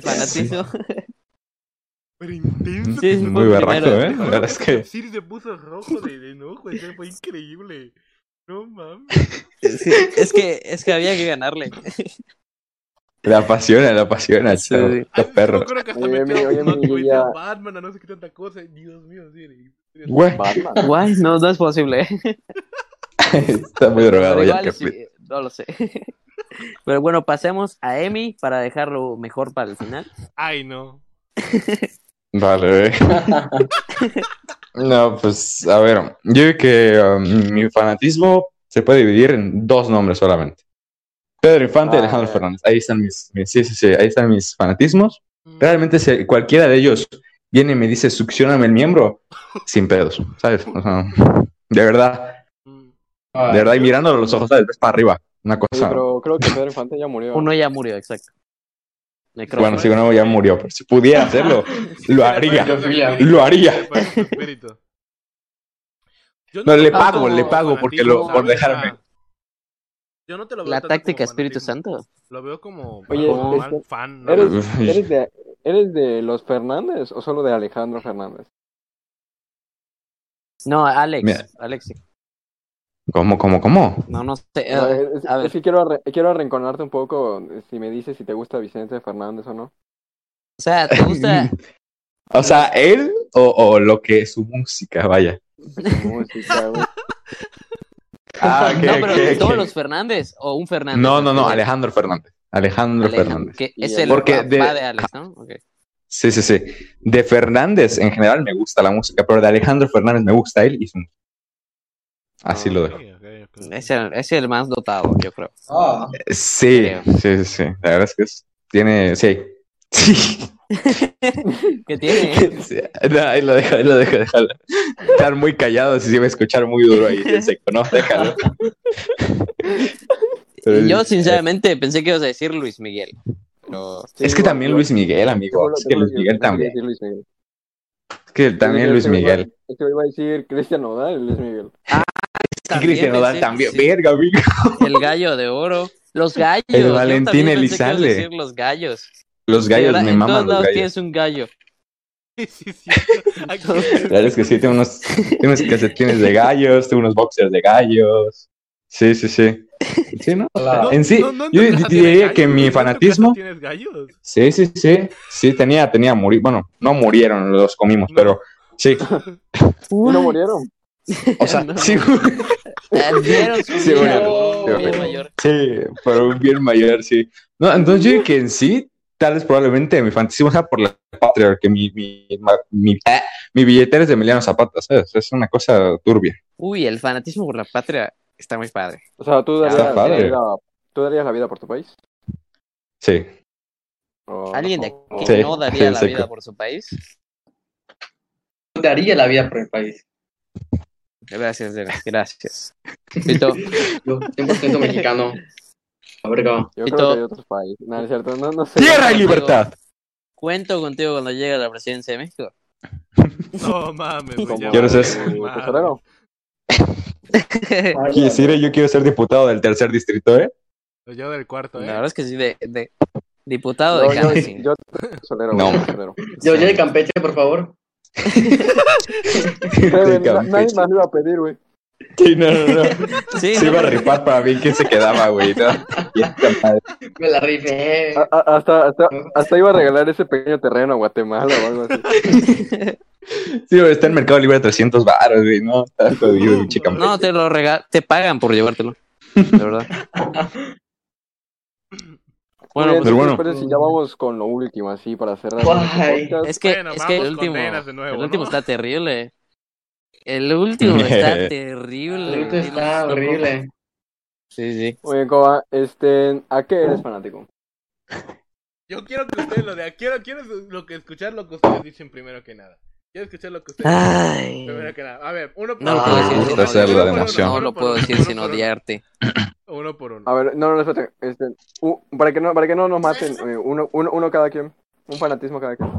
E: enfermos.
D: fanatismo.
C: [laughs]
D: [laughs]
E: Pero intenso.
D: Sí,
E: que
D: sí,
E: fue.
C: Muy
D: fue
C: barraco,
D: primero,
C: ¿eh? La verdad es que.
E: Siri se puso rojo de, de enojo, ese fue increíble. No mames.
D: Sí, es que es que había que
C: [laughs]
D: ganarle.
C: La apasiona, la apasiona,
D: Sí,
C: chavo.
D: sí.
E: Ay,
C: Los perros.
E: Yo creo que hasta
B: Oye,
E: metió
B: mi- oye,
E: Batman,
B: mi
E: güey,
B: ya.
E: Batman, a no sé qué tanta cosa. Dios mío, Siri.
C: Güey, [laughs]
B: Batman.
D: Guay, no, no es posible.
C: está muy drogado
D: Pero
C: ya.
D: igual,
C: el
D: sí,
C: capítulo.
D: no lo sé. [laughs] Pero bueno, pasemos a Emi para dejarlo mejor para el final.
E: Ay, no.
C: Vale,
B: [laughs]
C: güey. No, pues, a ver. Yo creo que um, mi fanatismo se puede dividir en dos nombres solamente. Pedro Infante y
B: Ah,
C: Alejandro
B: ya.
C: Fernández. Ahí están mis, mis- sí, sí, sí, ahí están mis fanatismos.
E: Mm,
C: Realmente, si cualquiera de ellos viene y me dice, succioname el miembro, sin pedos, ¿sabes? O sea, de verdad,
E: Mm.
C: de verdad, y mirándolo a los ojos, ¿sabes? Ves para arriba, una
B: Oye,
C: cosa.
B: pero creo que Pedro Infante ya murió.
D: Uno ya murió, exacto. Necrófago.
C: Bueno, si uno ya murió, pero si pudiera hacerlo, lo haría. Lo haría.
E: Yo
C: No, le
E: lo
C: pago,
E: veo
C: le
E: como
C: pago porque lo- por
E: fanatismo, ¿sabes?
C: dejarme.
E: Ah. Yo no te lo veo
D: La
E: tanto
D: táctica
E: como
D: Espíritu
E: fanatismo.
D: Santo.
E: Lo veo como
B: Oye,
E: como
B: este,
E: fan- fan. ¿no?
B: [laughs]
C: Mm, [laughs]
B: ¿Eres, eres, de, ¿Eres de los Fernández o solo de Alejandro Fernández?
D: No, Alex.
C: Mira.
D: Alex. sí.
C: ¿Cómo, cómo, cómo?
D: No, no sé.
C: Eh,
B: O sea, es,
D: a ver.
B: es que quiero, arre- quiero arrinconarte un poco eh, si me dices si te gusta Vicente Fernández o no.
D: O sea,
C: [laughs]
D: ¿te gusta?
C: O sea, él o, o lo que es su música, vaya.
B: Su
C: [laughs]
B: música, güey.
C: Ah,
D: [laughs] no, pero todos los Fernández o un Fernández.
C: No, no, no,
D: Alex.
C: Alejandro Fernández. Alejandro Fernández.
D: Que
B: Y
D: es
B: el-
D: el
C: Porque
D: papá
C: de-
D: de... Alex, ¿no? Ok.
C: Sí, sí, sí. De Fernández en general me gusta la música, pero de Alejandro Fernández me gusta él y su música. Así
D: Ah,
C: lo dejo.
E: Ok, ok, ok.
D: Es el, es el más dotado, yo creo.
G: Ah,
C: Sí,
D: Creo.
C: sí, sí, sí. La verdad es que es- tiene. Sí. [laughs] Sí. [laughs]
D: Que tiene.
C: Sí. No, ahí lo dejo, ahí lo dejo, déjalo. Estar muy callado si se iba a escuchar muy duro
D: [laughs]
C: ahí en seco, ¿no? Déjalo. Pero-
D: Y yo, sinceramente, pensé que ibas a decir Luis Miguel. Pero.
C: Es que también Luis Miguel, amigo. Es que Luis Miguel también. Es que también Luis Miguel.
B: Es que iba a decir Cristian Nodal y Luis Miguel.
C: Y Cristian Nodal también.
D: pensé que
C: Verga, amigo.
D: sí. El gallo de oro. Los gallos.
C: El
D: yo
C: Valentín
D: también pensé que ibas a
C: Elizalde.
D: decir los gallos.
C: Los gallos
D: Ahora,
C: me
D: en
C: maman
D: todos
C: los
D: lados
C: gallos.
D: tienes
C: [laughs]
D: un gallo.
E: Sí, sí, [laughs] sí. Aquí-
C: La verdad es que sí, tengo unos, tengo unos calcetines de gallos, tengo unos boxers de gallos. Sí, sí, sí. Sí, ¿no?
G: la-
C: en sí,
E: No, no, en
C: yo
E: tu casa tienes
C: diría
E: gallos,
C: que
E: güey,
C: mi
E: ¿en tu casa
C: fanatismo.
E: ¿Tienes gallos?
C: Sí, sí, sí. Sí, tenía, tenía, muri bueno, no murieron, los comimos,
E: No.
C: pero sí.
B: ¿Y no murieron?
C: O sea,
D: No.
C: sí,
D: Ah, Dieron su
C: Sí,
D: vida,
G: bueno.
D: güey,
C: Sí,
D: mayor.
C: sí, pero un bien mayor, sí. No, entonces yo diría que en sí, tal vez probablemente mi fantasía sea por la patria, que mi, mi, ma- mi, eh, mi billetera es de Emiliano Zapata, ¿sabes? Es una cosa turbia.
D: Uy, el fanatismo por la patria está muy padre.
B: O sea, ¿tú darías,
C: Está padre.
B: la vida, ¿tú darías la vida por tu país?
C: Sí.
B: ¿O
D: ¿Alguien de
B: no?
D: aquí
C: Sí,
D: no daría la
C: sí,
D: vida
C: sí.
D: por su país?
G: daría la vida por el país.
D: [laughs] Gracias, Dennis, gracias. Fito,
G: Yo, 100% mexicano. verga.
B: Yo
D: Y
B: creo
D: todo.
B: que hay otros países. No, no es cierto, no, no sé.
C: ¡Tierra y libertad!
D: Cuento contigo cuando llegue a la presidencia de
B: [laughs]
D: México.
E: No mames, güey. ya
C: ¿Quieres
E: valió,
C: eso?
E: madre.
B: Tesorero.
C: Y decir, yo quiero ser diputado del tercer distrito, ¿eh?
E: Yo del cuarto,
D: La
E: eh.
D: verdad es que sí, de, de diputado
B: No,
D: de
B: yo,
D: Jalisco.
B: yo tesorero,
C: No.
B: güey, tesorero.
G: Yo, yo de Campeche, por favor.
B: Nadie
C: De Campeche.
B: más lo iba a pedir, güey.
C: Sí, no, no, no.
D: Sí,
C: Se
D: ¿no?
C: iba a rifar para ver quién se quedaba, güey. ¿no? Y esta madre.
G: Me la rifé.
B: A- a- Hasta, hasta, hasta iba a regalar ese pequeño terreno a Guatemala o algo así.
C: Sí, güey, está en Mercado Libre de 300 baros, güey, ¿no? Está jodido, pinche Campeche.
D: No, te lo regal te pagan por llevártelo. De
B: [laughs]
D: verdad. Bueno, pues,
B: Muy bien,
C: pero bueno.
B: pero si ya vamos con lo último, así, para cerrar.
G: Guay.
B: el podcast.
D: pues, es que,
E: Bueno,
D: es
E: vamos
D: que el
E: con
D: último,
E: Denas de nuevo,
D: el último
E: ¿no?
D: está terrible. El último está terrible.
G: Ahorita
D: güey.
G: está
D: No,
G: horrible.
D: Sí, sí.
B: Oye, Coba, este, ¿a qué eres fanático?
E: Yo quiero que ustedes lo de quiero, quiero lo que escuchar lo que ustedes dicen primero que nada. Quiero escuchar lo que ustedes
D: Ay.
E: dicen primero que nada. A ver, uno por
D: No lo
E: uno.
C: Ah,
D: puedo decir.
E: Uno
D: Gusta
E: por
C: hacerlo
E: uno,
C: de
E: uno por
C: emoción.
E: uno,
D: No lo
E: uno por
D: puedo
E: uno,
D: decir
E: uno
D: sin
E: por
C: [laughs]
E: uno,
D: odiarte.
E: Uno por
C: Ah,
E: uno.
B: A ver, no, no, espérate, este, u- para que no, para que no nos maten, eh, uno, uno, uno cada quien, un fanatismo cada quien.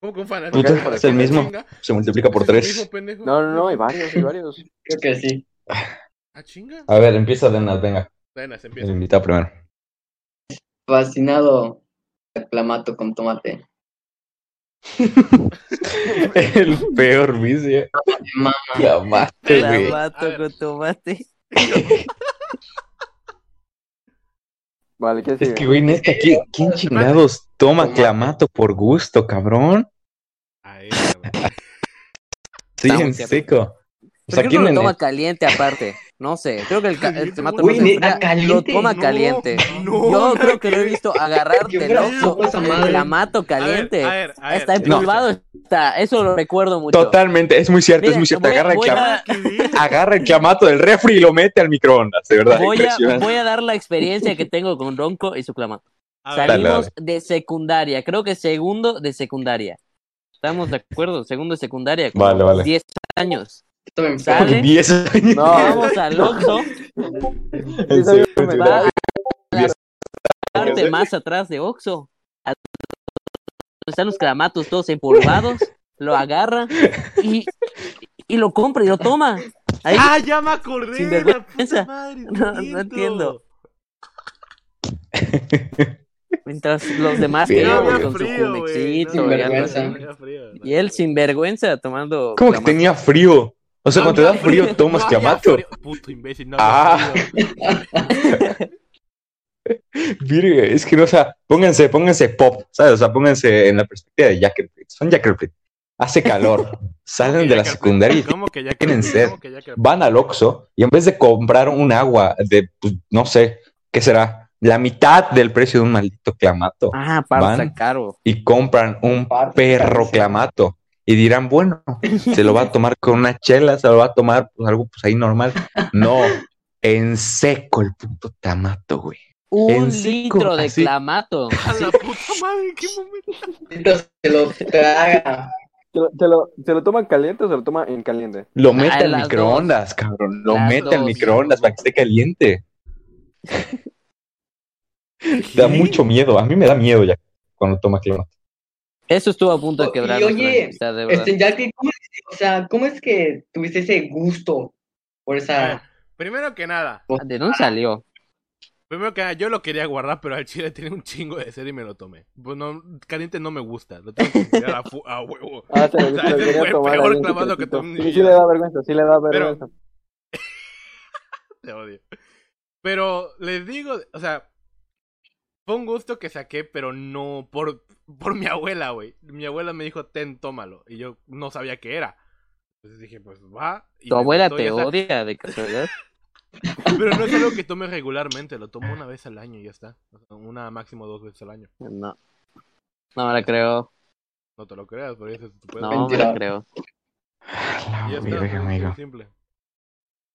E: ¿Cómo que un fanático?
C: Puta, es el mismo.
E: Chinga,
C: Se multiplica por
E: ¿es el
C: tres.
E: mismo, pendejo?
B: No, no, no, hay varios, hay varios.
G: Creo que sí.
E: Ah, chinga.
C: A ver, empieza Denas, venga.
E: Denas, empieza.
C: El invitado primero.
G: Fascinado. Clamato con tomate.
C: El peor vicio.
G: Mamá.
C: La mate, güey.
E: A
D: Clamato
E: ver.
D: con tomate.
B: Vale, ¿qué
C: Es que,
B: sigue?
C: güey, neta, ¿quién, quién chingados toma clamato por gusto, cabrón?
E: Ahí, cabrón.
C: Sí,
D: Está muy
C: en
D: cierto.
C: seco. O
D: ¿Por
C: sea,
D: qué
C: ¿quién
D: no lo
C: en
D: toma caliente aparte? No sé, creo que el, ca- el
E: Caliente,
D: tomate
E: güey.
D: no se
G: Uy, ¿neta,
D: enfría, lo
G: caliente?
D: toma
E: No,
D: caliente.
C: Ah,
E: no,
D: Yo
E: no,
D: creo que lo he visto agarrar
G: Yo
D: del
G: creo
D: Oxxo
C: pues,
G: que esa madre-
D: clamato
E: A ver,
D: caliente.
E: a ver, a ver.
D: Está
E: No.
D: empolvado, está. Eso lo recuerdo mucho.
C: Totalmente, es muy cierto, es
D: Mira,
C: muy cierto.
D: voy-
C: Agarra el,
D: voy a-
C: clama-
E: ¿Qué dices?
C: agarra el clamato del refri y lo mete al microondas, de verdad.
D: Voy a,
C: impresionante.
D: voy a dar la experiencia que tengo con Ronco y su clamato.
E: A ver,
C: Dale,
D: Salimos de secundaria, creo que segundo de secundaria. ¿Estamos de acuerdo? Segundo de secundaria, como
C: Vale, vale.
D: 10 años.
G: Esto me enferma.
D: Sale,
C: 10 [laughs] años.
B: No,
D: vamos al Oxxo,
C: en serio, de
D: va a
C: verdad.
D: la parte más atrás de Oxxo. a- donde Están los clamatos todos empolvados, lo agarra y, y lo compra y lo toma. Ahí,
E: Ah, ya me acordé.
D: Sin
E: la puta
D: vergüenza.
E: madre,
D: No, no entiendo. mientras los demás
C: Pero-
E: Ya
D: quedaban
E: había
D: con
E: frío,
D: su
E: güey.
D: cumexito
G: no,
D: y algo
G: vergüenza.
D: así.
G: así.
E: había frío, no.
D: Y él sin vergüenza tomando.
C: ¿Cómo que
D: clamato.
C: tenía frío? O sea, cuando te da frío, tomas
E: No había
C: clamato.
E: frío. Puto imbécil, no
C: Ah.
E: había frío.
C: Virga, es que, o sea, pónganse, pónganse pop, ¿sabes? O sea, pónganse en la perspectiva de Jack Elfried. Son Jack Elfried. Hace calor. Salen de la secundaria y
E: ¿Cómo que ya
C: tienen
E: crepé? ¿Cómo
C: sed?
E: que ya crepé?
C: van al Oxxo y en vez de comprar un agua de, pues, no sé, ¿qué será? La mitad del precio de un maldito clamato
D: Ah, aparte
C: Van.
D: está caro.
C: y compran un
G: Aparte,
C: perro
G: carísimo.
C: clamato y dirán, bueno, se lo va a tomar con una chela, se lo va a tomar pues, algo pues ahí normal. No, en seco el puto clamato, güey.
D: Un
C: En cinco,
D: litro de
C: así.
D: clamato.
E: [laughs] A la puta madre, qué momento.
G: Entonces, se lo traga.
B: ¿Se lo, se lo- se lo toma caliente o se lo toma en caliente?
C: Lo mete
D: Ah,
C: al
D: las
C: microondas, cabrón. Lo
D: Las
C: mete al
D: dos.
C: microondas para que esté
D: [laughs]
C: caliente. Da mucho miedo. A mí me da miedo ya cuando toma clamato.
D: Eso estuvo a punto de
G: Y
D: quebrar.
G: oye,
D: nuestra amistad, de verdad.
G: Este, ya que, ¿cómo es, o sea, ¿cómo es que tuviste ese gusto por esa.
E: Primero que nada,
G: este
D: ¿De dónde salió?
E: primero que nada, yo lo quería guardar, pero al chile tiene un chingo de sed y me lo tomé. Pues no, caliente no me gusta, lo tengo que cuidar a, fu- a huevo. [laughs]
B: Ah, se
E: O sea,
B: lo
E: ese
B: quería
E: fue el
B: tomar
E: peor
B: ahí en su
E: clamato que
B: cafecito.
E: tomé en mi
B: Sí, sí
E: vida.
B: le da vergüenza, sí le da
E: Pero-
B: vergüenza.
E: Te odio. Pero les digo, o sea, fue un gusto que saqué, pero no por, por mi abuela, güey. Mi abuela me dijo, ten, tómalo. Y yo no sabía qué era. Entonces dije, pues va. Y
D: ¿Tu
E: me
D: abuela
E: gustó,
D: te
E: ya está.
D: odia de casualidad?
E: Pero no es algo que tome regularmente, lo tomo una vez al año y ya está. O sea, Una máximo dos veces al año.
D: No. No me la creo.
E: No te lo creas, pero eso es estupendo.
D: No me la
G: Mentira.
D: creo.
C: La
E: Y ya está,
C: verga,
E: es [laughs]
C: amigo.
E: simple.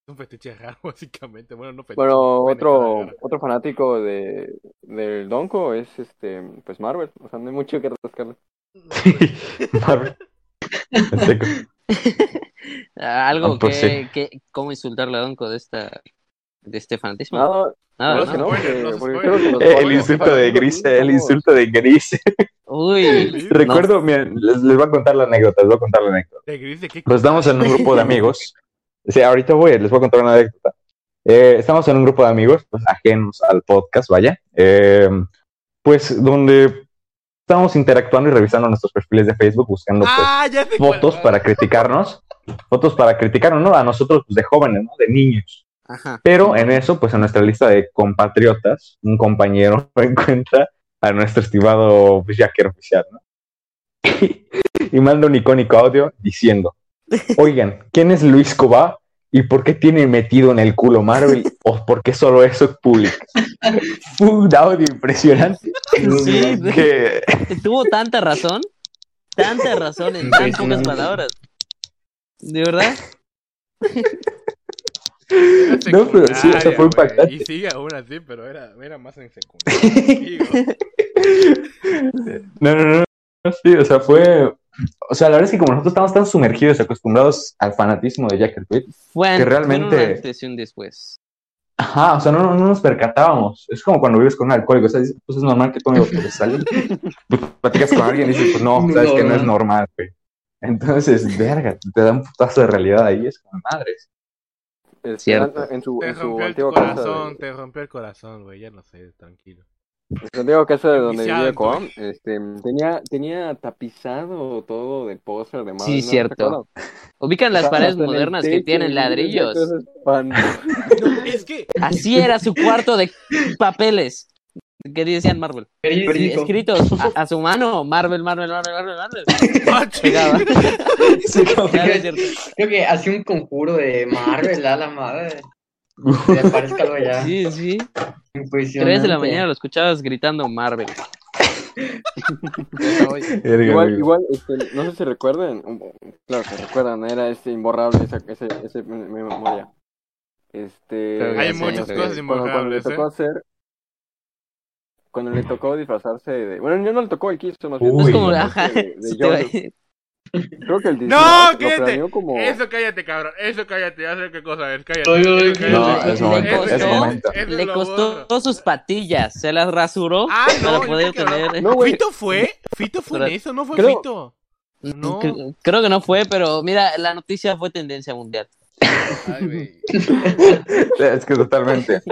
E: Es un fetiche raro, [laughs] básicamente. Bueno, no fetiche.
B: Bueno,
E: pene,
B: otro,
E: raro.
B: otro fanático de, del Donko es este, pues Marvel. O sea, no hay mucho que rascarle.
C: [laughs] Marvel. En seco.
D: Ah, Algo
C: Ah, pues
D: que, que. ¿Cómo insultarle a Donko de esta. de este fanatismo.
B: No,
D: Nada,
B: no,
D: ah, ¿no?
B: que
H: Spoiler, no
B: no, porque-
H: se
B: porque
H: spoiler.
B: creo que los
C: El
B: spoilers
C: insulto
B: para
C: de
B: mí son
C: gris, el
B: como-
C: insulto de gris.
D: Uy,
C: [laughs] Recuerdo, miren, les, les voy a contar la anécdota, les voy a contar la anécdota.
E: ¿Te gris [laughs] de qué?
C: Pues estamos en un grupo de amigos. Sí, ahorita voy, les voy a contar una anécdota. Eh, estamos en un grupo de amigos, pues, ajenos al podcast, vaya. Eh, pues donde estamos interactuando y revisando nuestros perfiles de Facebook, buscando pues,
E: Ah, ya sé cuál.
C: fotos para criticarnos. Fotos para criticarnos, ¿no? A nosotros pues, de jóvenes, ¿no? De niños.
D: ajá.
C: Pero en eso, pues en nuestra lista de compatriotas, un compañero [laughs] encuentra a nuestro estimado pues, Jacker oficial, ¿no? y manda un icónico audio diciendo: Oigan, ¿quién es Luis Cobá y por qué tiene metido en el culo Marvel o por qué solo eso publica? Fue un audio impresionante
D: Sí,
C: que
D: tuvo tanta razón, tanta razón en tan pocas palabras. ¿De verdad?
C: No, pero sí, o sea, fue
E: Secundaria, güey.
C: impactante.
E: Y sigue aún así, pero era, era más
C: [laughs]
E: en secundaria. digo.
C: No, no, no, no, sí, o sea, fue. O sea, la verdad es que como nosotros estamos tan sumergidos, acostumbrados al fanatismo de Jacker Tweet,
D: Fue
C: Que
D: antes,
C: realmente-
D: fue un antes y un después.
C: ajá, o sea, no, no- no nos percatábamos. Es como cuando vives con un alcohólico, o sea, dices, pues es normal que tome porque sale. Pues platicas con alguien y dices, pues [laughs] no, sabes que no es normal, güey. Entonces, verga, te da un putazo de realidad ahí, es como madres.
B: Este,
D: Cierto.
B: En su,
E: Te
B: en su
E: rompió el
B: antigua casa.
E: corazón, te rompió el corazón, güey. Ya no sé, tranquilo.
B: La antigua casa de donde
E: Viciado,
B: vivía Coam, este, tenía, tenía tapizado todo de póster de Marvel.
D: Sí,
B: ¿no? ¿Te
D: cierto.
B: acuerdas?
D: Ubican las
B: Hasta
D: paredes
B: en el
D: modernas que
B: techo,
D: tienen
B: y
D: ladrillos.
B: esas cosas espantosas.
E: No, es que
D: Así era su cuarto de papeles. ¿Qué decían Marvel?
G: Periódico.
D: Escritos a, a su mano. Marvel, Marvel, Marvel,
C: [laughs]
D: Marvel, Marvel.
C: Ah,
D: Pegaba. Ya, no es cierto.
G: Creo que hace un conjuro de Marvel a la madre. Que aparezca algo allá.
D: Sí, sí.
G: Impresionante.
D: Tres de la mañana lo escuchabas gritando Marvel.
B: Igual, igual, este, no sé si recuerden, um, claro que recuerdan, era este imborrable esa, ese, ese me- me- memoria. Este,
D: Hay
B: cuando
D: muchas
B: se- cuando-
E: cosas
B: Cuando le
E: imborrables,
B: tocó
E: ¿eh?
B: hacer, cuando le tocó disfrazarse de, bueno, yo no le tocó, él quiso más bien.
D: No
C: Uy,
D: es como,
C: no,
D: ajá.
B: de- de
D: sí te va-
B: Creo que el
E: No,
B: disfraz lo
E: cállate.
B: planeó como...
E: Eso cállate, cabrón. Eso cállate. Ya sé qué cosa es. Cállate.
G: Oye, oye,
E: Eso
G: no,
E: cállate.
G: es
E: Eso
D: momento,
E: cállate.
D: es
E: Eso
C: momento.
E: cállate.
D: Le
E: Lo
D: costó
E: borro.
D: sus patillas, se las rasuró
E: [laughs] Ah, no.
D: para
E: yo
D: poder
E: creo que no.
D: tener.
B: No,
D: [laughs]
B: güey.
E: ¿Fito fue? ¿Fito fue en
D: Pero-
E: eso? ¿No fue
B: creo-
E: Fito? No.
D: Cre- Creo que no fue, pero mira, la noticia fue tendencia mundial.
E: [laughs] Ay, güey.
C: [laughs] Es que totalmente.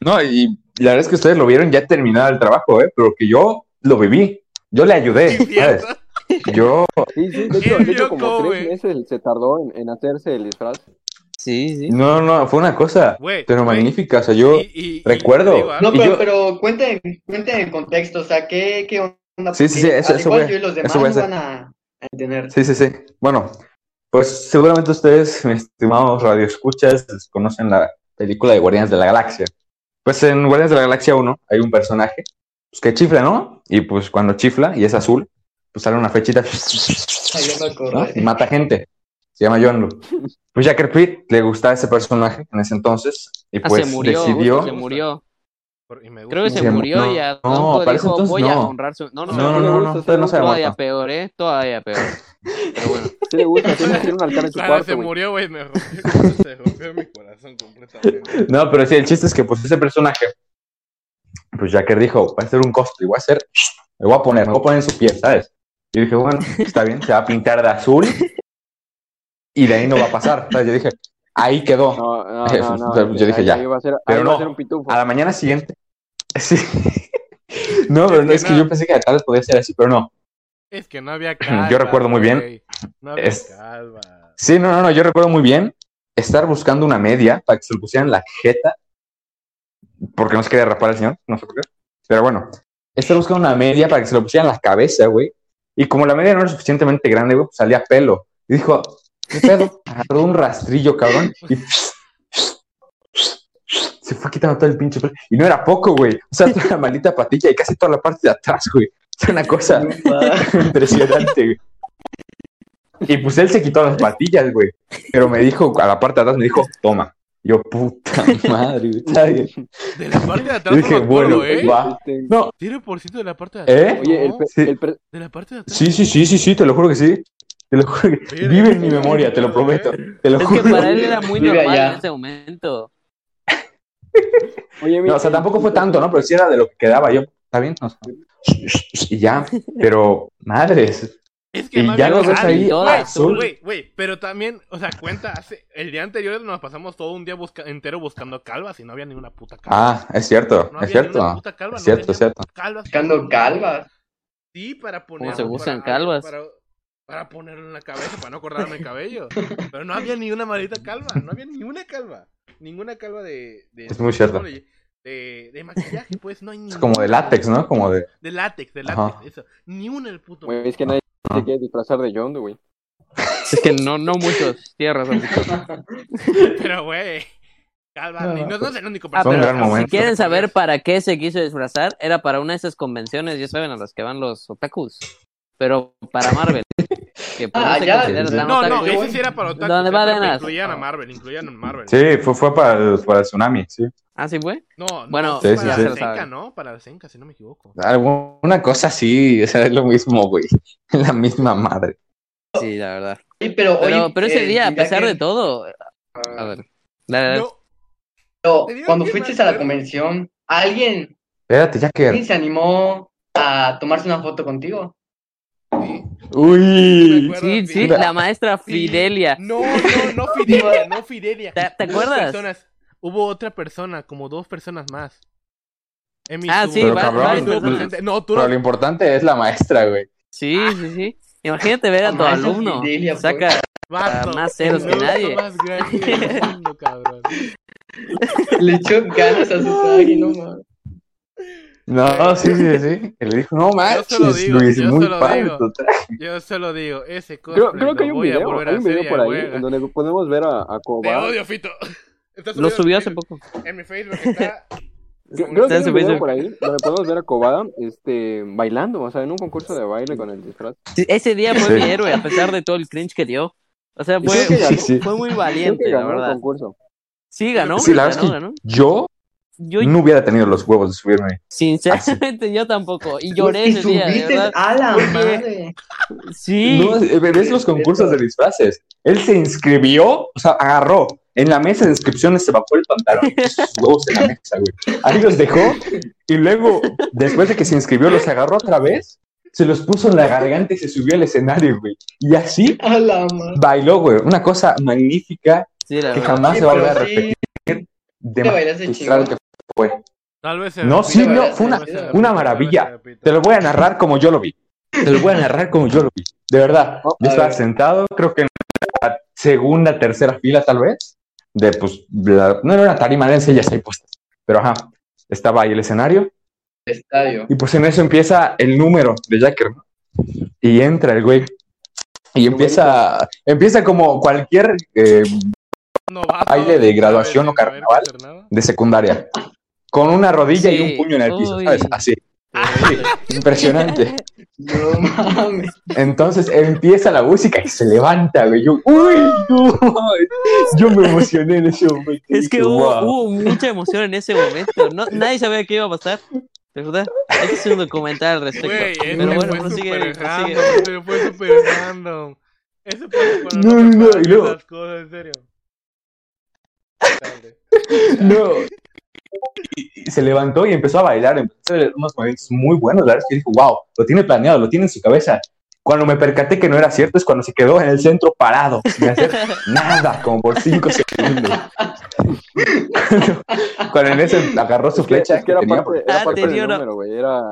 C: No, y la verdad es que ustedes lo vieron ya terminado el trabajo, ¿eh? Pero que yo lo viví. Yo le ayudé, ¿sabes?
E: Cierto.
C: Yo,
B: Sí, sí, de
E: Él
B: hecho, de
E: vio
B: hecho como
E: cómo,
B: tres
E: güey.
B: meses se tardó en, en hacerse el disfraz.
D: Sí, sí.
C: no, no, fue una cosa,
E: Güey,
C: pero
E: güey.
C: magnífica. O sea, yo,
E: Y- y- y
C: recuerdo.
E: te digo algo.
G: No,
C: Y
G: pero,
C: yo-
G: pero cuenten, cuenten el contexto, o sea, ¿qué, qué onda?
C: Sí, sí, sí,
G: Porque
C: eso-
G: al
C: eso
G: igual
C: voy a-
G: yo y los demás
C: eso voy a
G: no
C: hacer.
G: van a, a entender.
C: Sí, sí, sí. Bueno, pues seguramente ustedes, mis estimados radioescuchas, conocen la película de Guardianes de la Galaxia. Pues en Guardianes de la Galaxia 1 hay un personaje pues, que chifla, ¿no? Y pues cuando chifla y es azul, pues sale una flechita
G: Ay, yo me
C: ¿no?
G: acordé.
C: y mata gente. Se llama John Lu. Pues Jacker Pitt le gustaba ese personaje en ese entonces y
D: Ah,
C: pues
D: se murió,
C: decidió.
D: se murió.
E: Y me gusta.
D: Creo que se,
C: Se mu-
D: murió y a
C: no,
D: Tonko
C: para ese
D: dijo,
C: entonces
D: voy a
C: no.
D: honrar su... No,
C: No,
D: no,
C: no,
D: no,
C: no, no, usted no se ha
D: todavía
C: muerto.
D: peor, ¿eh? Todavía peor. Pero
E: [laughs]
D: bueno,
B: Sí le gusta, sí tiene un altar en su
E: Sara Ah, se
B: cuarto, güey.
E: murió, güey. Me rompió, [laughs] se rompió mi corazón completamente.
C: No, pero sí, el chiste es que pues ese personaje, pues Jacker dijo, va a ser un cosplay, voy a hacer, le voy a poner, me voy a poner en su piel, ¿sabes? Y dije, bueno, está bien, se va a pintar de azul y de ahí no va a pasar, ¿sabes? Yo dije, ahí quedó.
B: No, no,
C: Eh,
B: no,
C: o sea,
B: no,
C: yo dije
B: ahí-
C: ya.
B: ahí iba a ser,
C: Pero
B: ahí iba a
C: no, Ah,
B: ser un pitufo.
C: A la mañana siguiente. [laughs] Sí. No, pero no, es que yo pensé que tal vez podía ser así, pero no.
E: Es que no había calva.
C: [laughs] Yo recuerdo muy bien.
E: güey. No había
C: Es-
E: calva.
C: Sí, no, no, no, yo recuerdo muy bien estar buscando una media para que se lo pusieran en la jeta, porque no se quería rapar al señor, no sé por qué, pero bueno, estar buscando una media para que se lo pusieran en la cabeza, güey, y como la media no era suficientemente grande, güey, pues salía pelo, y dijo, ¿qué pedo? [laughs] Agarró un rastrillo, cabrón, y se fue quitando todo el pinche pelo, y no era poco, güey, o sea, [laughs] toda la maldita patilla y casi toda la parte de atrás, güey, es una cosa impresionante, güey. Y pues él se quitó las patillas, güey. Pero me dijo, a la parte de atrás me dijo, toma. Yo, puta madre, güey. está bien.
E: De la parte de
C: Yo
E: atrás
C: dije,
E: no me acuerdo,
C: bueno,
E: ¿eh?
C: va.
B: Este,
C: No,
E: Tiro por ciento de la parte de atrás.
C: ¿eh?
B: Oye, el,
E: ¿no?
B: pe-
C: Sí.
B: el pre-
E: De la parte de atrás.
C: Sí, sí, sí, sí, sí, te lo juro que sí. Te lo juro que...
E: Verga,
C: Vive en mi
E: qué
C: memoria, te lo
E: pedo,
C: prometo.
E: ¿eh?
C: Te lo
G: [laughs]
D: es que
C: juro.
D: para él era muy
G: Vive
D: normal
G: allá.
D: en ese momento.
B: Oye,
C: No, o sea, tampoco fue tanto, ¿no? Pero sí era de lo que quedaba. Yo, ¿está bien? O sea, y ya, pero madres.
E: Es que
C: Y
E: más
C: ya
E: bien-
C: los ves
E: ah,
C: ahí
D: todas,
C: azul.
E: Güey, güey, pero también, o sea, cuenta, hace- el día anterior nos pasamos todo un día busca- entero buscando calvas y no había ni una puta calva.
C: Ah, es cierto,
E: no
C: es
E: había ni una
C: cierto. ah,
E: puta calva,
C: Es
E: no
C: cierto,
E: tenían
C: es cierto.
E: Calvas.
G: Buscando calvas.
E: Sí, para poner.
D: se buscan
E: para-
D: calvas?
E: Para, para ponerlo en la cabeza, para no cortarme el cabello. Pero no había ni una maldita calva, no había ni una calva. Ninguna calva de. de-
C: Es muy cierto.
E: De, de- de maquillaje, pues no hay ni.
C: Es como de látex, ¿no? Como de.
E: De látex, de
C: Ajá.
E: látex, eso. Ni una el puto.
B: Güey, es que nadie
C: Ah.
B: se quiere disfrazar de John güey.
D: Es que no, no muchos. Tienes [laughs] razón.
E: Pero, güey. Calva,
G: No.
E: ni- no, no es el único
D: Ah,
C: Fue un
D: pero
C: gran momento.
D: si quieren saber para qué se quiso disfrazar, era para una de esas convenciones, ya saben, a las que van los otakus. Pero para
G: [laughs]
D: Marvel. Que pues,
G: Ah,
D: no se
G: ya.
D: considera tan
E: No, no,
D: otaku.
E: ese sí era para otakus.
D: ¿Dónde
E: eh,
D: va
E: pero
D: Arenas?
E: Incluían a Marvel, incluían a Marvel.
C: Sí, fue, fue para, el, para el tsunami, sí.
D: Ah, sí fue.
E: No, no,
D: Bueno,
E: fue
C: Sí, sí,
E: para
C: sí.
E: la Senka,
D: saben.
E: ¿no? Para la Senka, si no me equivoco.
C: Alguna cosa así, o sea, es lo mismo, güey. [laughs] La misma madade
D: Sí, la verdad.
G: Oye, pero,
D: Pero,
G: oye,
D: pero ese
G: eh,
D: día, a
G: ya
D: pesar
G: que-
D: de todo, a ver. dale, dale.
E: No,
G: Pero,
E: Te digo
G: cuando
E: que
G: fuiste
E: me
G: a la
E: acuerdo.
G: convención, ¿alguien,
C: Espérate, Jacker.
G: alguien se animó a tomarse una foto contigo? [laughs]
C: Uy.
D: Sí, sí,
C: Mira.
D: la maestra Fidelia.
E: No, no, no Fidelia, no Fidelia.
D: ¿Te- te
E: Dos
D: acuerdas?
E: personas. Hubo otra persona, como dos personas más. Emi
D: Ah,
E: estuvo-
D: sí,
C: Pero
D: va-
C: cabrón,
D: varias
E: estuvo
D: personas.
E: presente. No, tú
C: Pero
E: no.
C: lo importante es la maestra, güey.
D: Sí, sí, sí. Imagínate ver a tu
G: Maestra
D: alumno.
G: Fidelia, pues.
D: Saca.
E: Vato,
D: más ceros
E: el
D: que
E: adulto
D: nadie.
E: más grande del mundo, cabrón.
G: Le echó ganas a su traje, no mames.
E: [laughs]
C: No, sí, sí, sí. Que le dijo, no
E: se lo
C: manches,
E: digo,
C: Luis,
E: yo
C: muy
E: se lo
C: padre
E: digo.
C: tu traje.
E: Yo solo digo, ese cosplay
B: Creo, creo que hay
E: lo
B: un
E: voy a
B: video,
E: volver a
B: hay un
E: hacer
B: video
E: y
B: por
E: a
B: ahí
E: huevo.
B: en donde podemos ver a, a
E: Te
B: Cobar.
E: odio, Fito. Está
D: Lo
E: subido
D: subió
E: en-
D: hace poco.
E: En mi Facebook está.
B: Creo, creo que
D: Está en
B: hay
D: su
B: un video
D: Facebook.
B: por ahí donde podemos ver a Cobada este, bailando, o sea, en un concurso de baile con el disfraz.
D: Sí, ese día fue
C: Sí.
D: mi héroe, a pesar de todo el cringe que dio. O sea, fue,
B: Creo que
C: Sí,
B: ganó.
C: sí.
D: fue muy
B: Creo
D: valiente,
B: que
D: la
B: ganó el
D: verdad.
B: concurso.
D: Sí, ganó.
C: Sí, la
D: ganó,
C: verdad es que-
D: ganó.
C: Yo
D: Yo,
C: no hubiera tenido los huevos de subirme.
D: sinceramente, yo tampoco. Y lloré
G: Pues, y
D: ese día, de
G: subiste
D: verdad.
G: a la
D: Porque-
G: madre.
D: Sí.
C: No, eh, ves los concursos de disfraces. Él se inscribió, o sea, agarró. En la mesa de inscripciones se bajó el pantalón y sus huevos en la mesa, güey. Ahí los dejó y luego, después de que se inscribió, los agarró otra vez, se los puso en la garganta y se subió al escenario, güey. Y así
G: A la madre.
C: bailó, güey. Una cosa magnífica
D: Sí, la
C: que
D: verdad.
C: jamás
G: Sí,
C: se va a volver a
G: pero sí,
C: repetir. De
G: te bailaste
C: magistral que fue.
E: Tal vez se
C: No,
E: repita,
C: sí,
E: tal
G: no,
E: vez
G: fue
E: se
G: una-
E: repita,
G: una
E: tal vez se
C: maravilla.
E: repita.
C: Te lo voy a narrar como yo lo vi. Te lo voy a narrar como yo lo vi. De verdad.
B: Oh,
C: Yo
G: a
C: estaba
G: ver.
C: sentado, creo que en la segunda, tercera fila, tal vez. De pues, la- no era una tarima densa, ya se puestas. Pero ajá, estaba ahí el escenario.
G: el
C: [laughs]
G: estadio.
C: Y pues en eso empieza el número de Jacker, ¿no? Y entra el güey. Y empieza, empieza como cualquier eh,
E: Novato,
C: Baile de graduación
E: ¿sabes?
C: o
E: Sin saber
C: carnaval.
E: hacer nada.
C: de secundaria. Con una rodilla y
D: Sí.
C: un puño en el piso,
D: Uy.
C: ¿sabes? Así. Así. Impresionante.
G: Ah, No mames.
C: Entonces empieza la música y se levanta, güey. Yo, uy, no. Yo me emocioné en ese momento.
D: [laughs] Es que
C: Dije,
D: hubo,
C: "Wow".
D: hubo mucha emoción en ese momento. No, nadie sabía qué iba a pasar. De verdad. Hay que hacer un documental al respecto.
E: Güey, ese
D: Pero bueno,
E: fue
D: prosigue,
E: super
D: prosigue.
E: random, ese fue super random. Eso fue cuando
C: No,
E: te
C: no,
E: paran
C: y luego-
E: las cosas, en serio. Tarde.
C: No. Y- y Se levantó y empezó a bailar. Empezó a hacer unos movimientos muy buenos. La verdad es que dije, wow, lo tiene planeado, lo tiene en su cabeza. Cuando me percaté que no era cierto es cuando se quedó en el centro parado, sin hacer nada, como por cinco segundos. Cuando, cuando en ese agarró su
B: Es que,
C: flecha,
B: es que era
C: que tenía,
B: parte, era
D: Ah,
B: parte
D: te
B: del
D: dio una-
B: número, güey.
C: [laughs]
B: Era,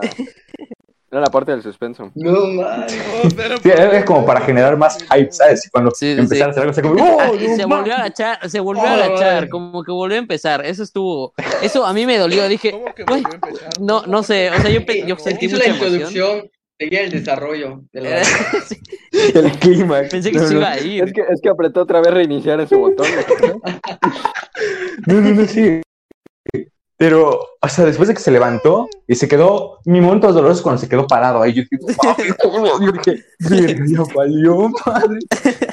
B: era la parte del suspenso.
G: No mames.
E: Oh, cero
C: Sí,
E: por-
C: es como para generar más hype, ¿sabes? Y Cuando
D: Sí, sí,
C: empezar
D: sí.
C: a hacer algo, se como, ¡oh,
D: Ah, [laughs] [laughs] y
C: no
D: se
C: mames!
D: volvió a agachar, se volvió a
G: Ay.
D: agachar, como que volvió a empezar. Eso estuvo. Eso a mí me dolió. Dije,
E: ¿Cómo que
D: güey,
E: volvió a empezar?
D: no, no sé. O sea, yo, pe- yo sentí
G: Hizo
D: mucha
G: la
D: emoción. Eh.
G: introducción, seguía el desarrollo de la
D: [laughs] Sí,
C: [laughs] El clima.
D: Pensé que
C: no,
D: se
C: no,
D: iba a ir.
B: Es que, es que apretó otra vez reiniciar
C: [laughs]
B: ese botón. güey.
C: No, no, no, sí. Pero, o sea, después de que se levantó y se quedó, mi momento más doloroso es cuando se quedó parado ahí. Yo dije,
D: [laughs]
C: "Wow". Yo dije, "Verga, ya valió, madre".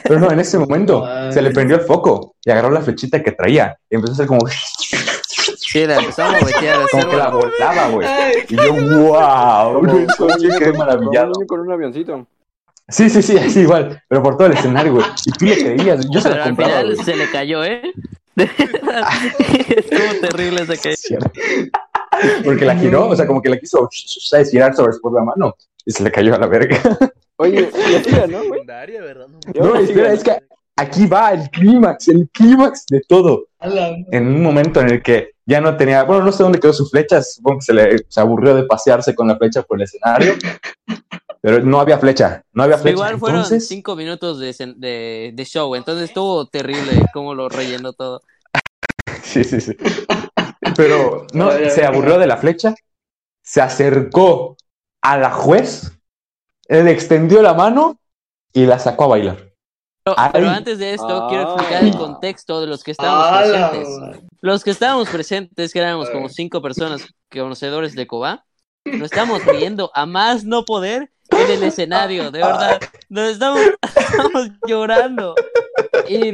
C: Pero no, en ese momento
G: Ay.
C: se le prendió el foco y agarró la flechita que traía y empezó a hacer como,
D: Sí, la empezamos a botear. así,
C: como que la
D: güey.
C: volaba, güey. Y yo, wow,
B: Como- como
C: yo
B: un niño
C: quedé
B: con- como
C: maravillado.
B: un niño con un avioncito.
C: Sí, sí, sí, así igual, pero por todo el escenario, güey. Y tú le creías, yo se
D: Pero
C: la
D: al
C: compraba,
D: final
C: güey.
D: se le cayó, ¿eh? [laughs] Estuvo terrible [laughs] ese que.
C: Cierto. [laughs] Porque la giró, o sea, como que la quiso ¿sabes? girar sobre después la mano y se le cayó a la verga.
B: Oye, y así ganó, güey.
E: Secundaria, ¿verdad? No,
C: No, espera, es que aquí va el clímax, el clímax de todo. En un momento en el que ya no tenía, bueno, no sé dónde quedó su flecha, supongo que se le se aburrió de pasearse con la flecha por el
D: [laughs]
C: escenario, pero no había flecha, no había flecha.
D: Igual fueron
C: Entonces,
D: cinco minutos de, cen- de, de show, entonces estuvo terrible cómo lo rellenó todo.
C: Sí, sí, sí. Pero no, se aburrió de la flecha, se acercó a la juez, le extendió la mano y la sacó a bailar.
D: Pero,
C: Ay.
D: pero antes de esto,
B: Ah.
D: quiero explicar el contexto de los que estábamos presentes. Los que estábamos presentes, que éramos como cinco personas conocedores de Cobá, nos estamos riendo a más no poder en el escenario, de verdad. Nos estamos, estamos llorando. Y, eh,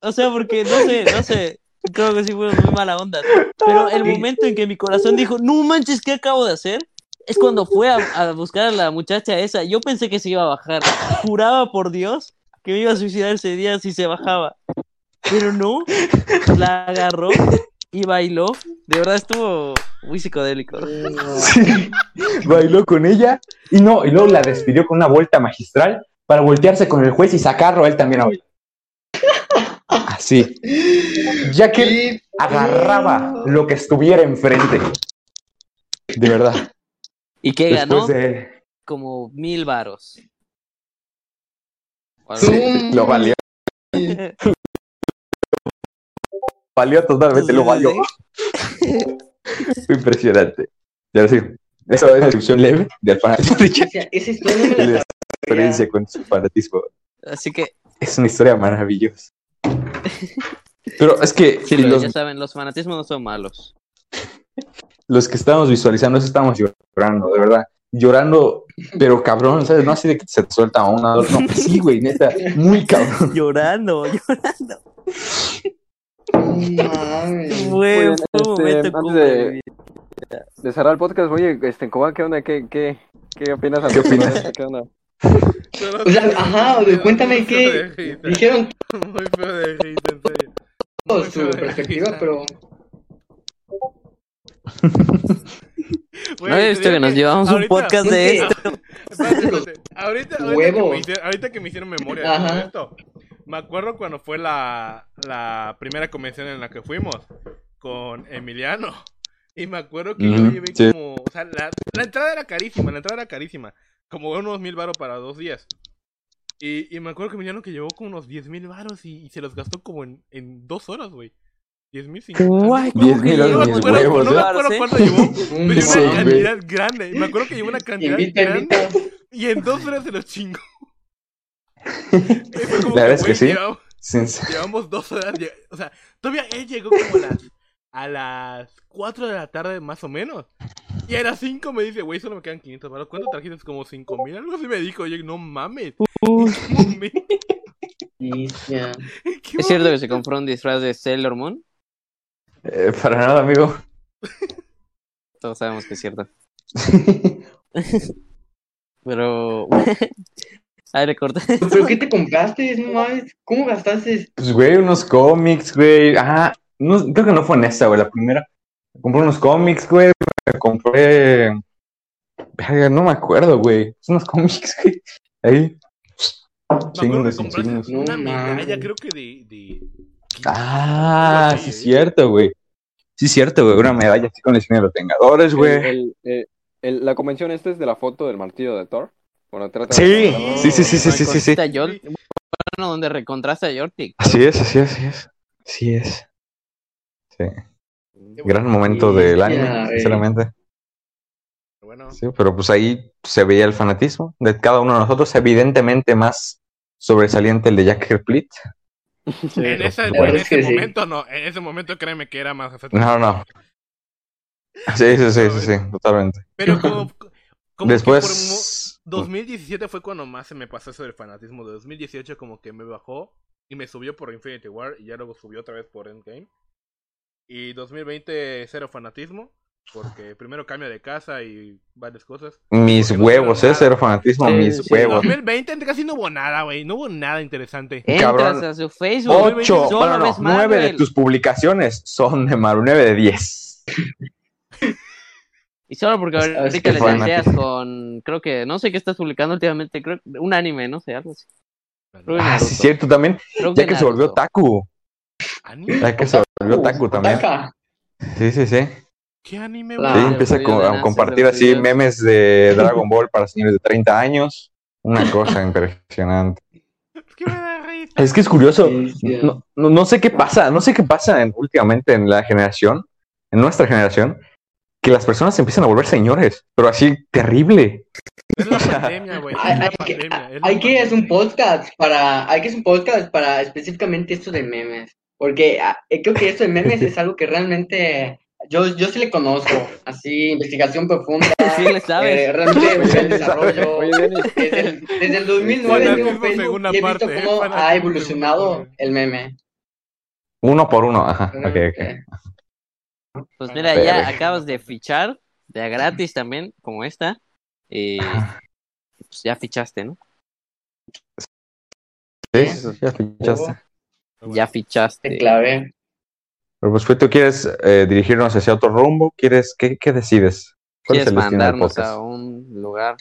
D: o sea, porque no sé, no sé, creo que sí fue muy mala onda. Pero el momento en que mi corazón dijo, no manches, ¿qué acabo de hacer? Es cuando fue a, a buscar a la muchacha esa. Yo pensé que se iba a bajar. Juraba por Dios que me iba a suicidar ese día si se bajaba. Pero no, la agarró y bailó. De verdad estuvo muy psicodélico.
C: Sí. [laughs] Bailó con ella y no, y luego la despidió con una vuelta magistral para voltearse con el juez y sacarlo a él también a bailar. Así. Ya que agarraba lo que estuviera enfrente. De verdad.
D: Y que
C: Después
D: ganó
C: de.
D: como mil varos. O algo
G: Sí.
C: [laughs]
D: así.
C: Lo valió. valió totalmente, lo valió. [laughs] Impresionante. Y ahora sí, esa es la descripción leve del fanatismo de [laughs] Jack
G: Esa historia
C: y
G: me
C: de
G: la
C: su experiencia con su fanatismo.
D: Así que,
C: Es una historia maravillosa. Pero es que
D: sí,
C: los,
D: ya saben, los fanatismos no son malos.
C: los que estábamos visualizando eso estábamos llorando, de verdad. Llorando, pero cabrón, ¿sabes? No así de que se te suelta una, dos, no. Sí, güey, neta, muy cabrón.
D: Llorando, llorando.
G: No
D: [laughs]
G: mames.
D: Fue, fue un
B: bien, este,
D: momento
B: antes
D: cumbre
B: de-
D: de mi vida.
B: De cerrar el podcast, oye, este, Cobá, ¿qué onda? ¿Qué, qué, qué opinas? al
C: ¿Qué
B: respecto de
C: opinas?
B: esto? ¿Qué onda?
E: no.
G: O sea, ajá, o sea, cuéntame
E: Muy feo de
G: qué
E: Hate,
G: [laughs] dijeron
E: Muy feo de hate, en serio. Muy
G: todos
E: feo
G: su
E: de
G: perspectiva,
E: hate.
G: pero
E: Güey,
D: No había visto
E: te digo
D: que nos llevamos un
E: ahorita-
D: podcast de
G: Porque-
D: esto.
G: [laughs]
E: Espérate, espérate. Pues, Ahorita, ahorita que
G: Huevo.
E: me hicieron, ahorita que me hicieron memoria
G: Ajá.
E: de todo esto, me acuerdo cuando fue la, la primera convención en la que fuimos con Emiliano. Y me acuerdo que yo
C: Ujú,
E: llevé
C: sí.
E: como. O sea, la, la entrada era carísima, la entrada era carísima. Como unos mil varos para dos días. Y, y me acuerdo que Emiliano que llevó como unos diez mil varos y, y se los gastó como en, en dos horas, güey. Diez mil cincuenta.
D: Guay, ¿cómo
C: Diez
D: que
C: mil
E: No
D: llevas
E: me
C: mis
E: acuerdo,
C: huevos,
E: no me
C: ¿eh?
E: acuerdo
D: varos, eh?
E: cuánto
G: [laughs]
E: llevó, pero
C: Sí,
E: una
C: güey.
E: cantidad grande. Y me acuerdo que llevó una cantidad
G: invita,
E: grande.
G: invita.
E: Y en
C: [laughs]
E: dos horas se los chingó.
C: La verdad es que sí.
E: Llevamos,
C: Sin-
E: llevamos dos horas. lle- O sea, todavía él llegó como a las, a las 4 de la tarde, más o menos. Y a las 5 me dice, güey, solo me quedan 500 baros. ¿Cuánto trajiste? Es Como 5 mil. Algo así me dijo, oye, no mames. ¿En qué momento? [laughs]
G: Cristian.
E: ¿En qué
D: ¿Es cierto que se compró un disfraz de Sailor Moon?
C: eh, para nada, amigo.
D: Todos sabemos que
C: [laughs]
D: es cierto. [laughs] Pero. Ahí le corté.
G: ¿Pero qué te compraste? No mames, ¿cómo gastaste?
C: Pues, güey, unos cómics, güey. Ah, no, creo que no fue en esa, güey, la primera. Me Compré unos cómics, güey. Me compré. Verga, no me acuerdo, güey. Son unos cómics, [laughs] güey. Ahí.
E: Me acuerdo
C: Signos,
E: que
C: sin
E: compraste
C: signos.
G: No
E: una
G: mames.
E: medalla, creo que de... de...
C: Ah,
E: Algo así,
C: sí,
E: ¿eh?
C: es cierto, güey. Sí, es cierto, güey. Una medalla así con el signo de los Vengadores, [laughs] güey.
B: El- el- eh, el- la convención esta es de la foto del martillo de Thor. Bueno, trata
C: Sí,
B: de...
C: sí, sí, sí, sí, sí, sí, sí.
D: Recontraste a Jort- Bueno, donde recontraste a Jortik.
C: Así es, así es, así es. Así es. Sí. Gran momento
G: Sí,
C: del
G: ya, eh.
C: anime,
G: güey.
C: sinceramente.
E: Bueno,
C: Sí, pero pues ahí se veía el fanatismo de cada uno de nosotros, evidentemente más sobresaliente el de Jack Herplit.
E: en, esa-
C: Bueno.
E: en
G: es que
E: ese
G: sí.
E: momento no, en ese momento créeme que era más aceptable.
C: No, no. Sí, sí, sí, sí, sí, totalmente.
E: Pero como, como que
C: Después... oh.
E: por mo- 2017 fue cuando más se me pasó eso del fanatismo. De 2018 como que me bajó y me subió por Infinity War y ya luego subió otra vez por Endgame. Y 2020 cero fanatismo. Porque primero cambio de casa y varias cosas.
C: Mis
E: Porque no
C: huevos,
E: hubo
C: ¿eh?
E: nada.
C: Cero fanatismo,
B: Sí,
C: mis
B: sí,
E: En
C: huevos.
E: 2020 casi no hubo nada, güey. No hubo nada
G: Eh,
E: interesante.
D: Entras
C: Cabrón.
D: a su Facebook.
C: Ocho,
D: solo
C: bueno, no,
D: ves
C: nueve de
D: Marvel.
C: tus publicaciones son de Maru, nueve de diez.
D: Y solo porque
G: ¿Sabes
D: ahorita
G: qué
D: le
C: fue,
D: tanteas con, creo que, no sé qué estás publicando últimamente, creo un anime, no sé, algo así. Creo que
C: Ah, sí,
D: Naruto.
C: cierto, también.
D: Creo
C: Ya que se
D: Naruto.
C: volvió Taku.
E: ¿Anime?
C: Ya que se volvió Taku también.
G: Taca.
C: Sí, sí, sí.
E: ¿Qué anime,
G: La-
E: güey?
C: Sí,
D: Ah,
C: empieza
D: el
C: co-
D: frío de
C: a
D: Nancy,
C: compartir
D: el
C: así
D: frío.
C: memes de Dragon Ball para señores de 30 años. Una cosa impresionante.
E: Es que me da risa.
C: Es que es curioso.
G: Sí, sí.
C: No, no- no sé qué pasa, no sé qué pasa en- últimamente en la generación, en nuestra generación, que las personas se empiezan a volver señores, pero así terrible.
E: Es la pandemia, güey.
G: Hay,
E: Es Pues, la
G: hay que,
E: pandemia. es la
G: hay que
E: pandemia.
G: hacer un podcast para, hay que hacer un podcast para específicamente esto de memes, porque ah, eh, creo que esto de memes es algo que realmente yo, yo sí le conozco, así investigación profunda,
D: Sí, le sabes.
G: eh, realmente un gran
C: Sí, sabe.
G: desarrollo.
B: Oye, Denis,
G: Desde el, desde el 2009
E: Fanatismo
G: tengo Facebook
E: segunda
G: y he visto
E: parte, eh,
G: cómo
E: fanatismo
G: ha evolucionado
E: segunda
G: el meme.
C: Uno por uno, ajá, ok, ok.
G: Realmente.
D: Pues mira,
C: Verga.
D: ya acabas de fichar, de a gratis también, como esta. Y pues ya fichaste, ¿no?
C: Sí, sí, ya fichaste.
D: Ya
G: Te
D: fichaste.
G: clavé.
C: Pero pues tú quieres eh, dirigirnos hacia otro rumbo, quieres, ¿qué, qué decides? ¿Cuál es
D: Quieres
C: el destino del
D: mandarnos
C: podcast?
D: a un lugar.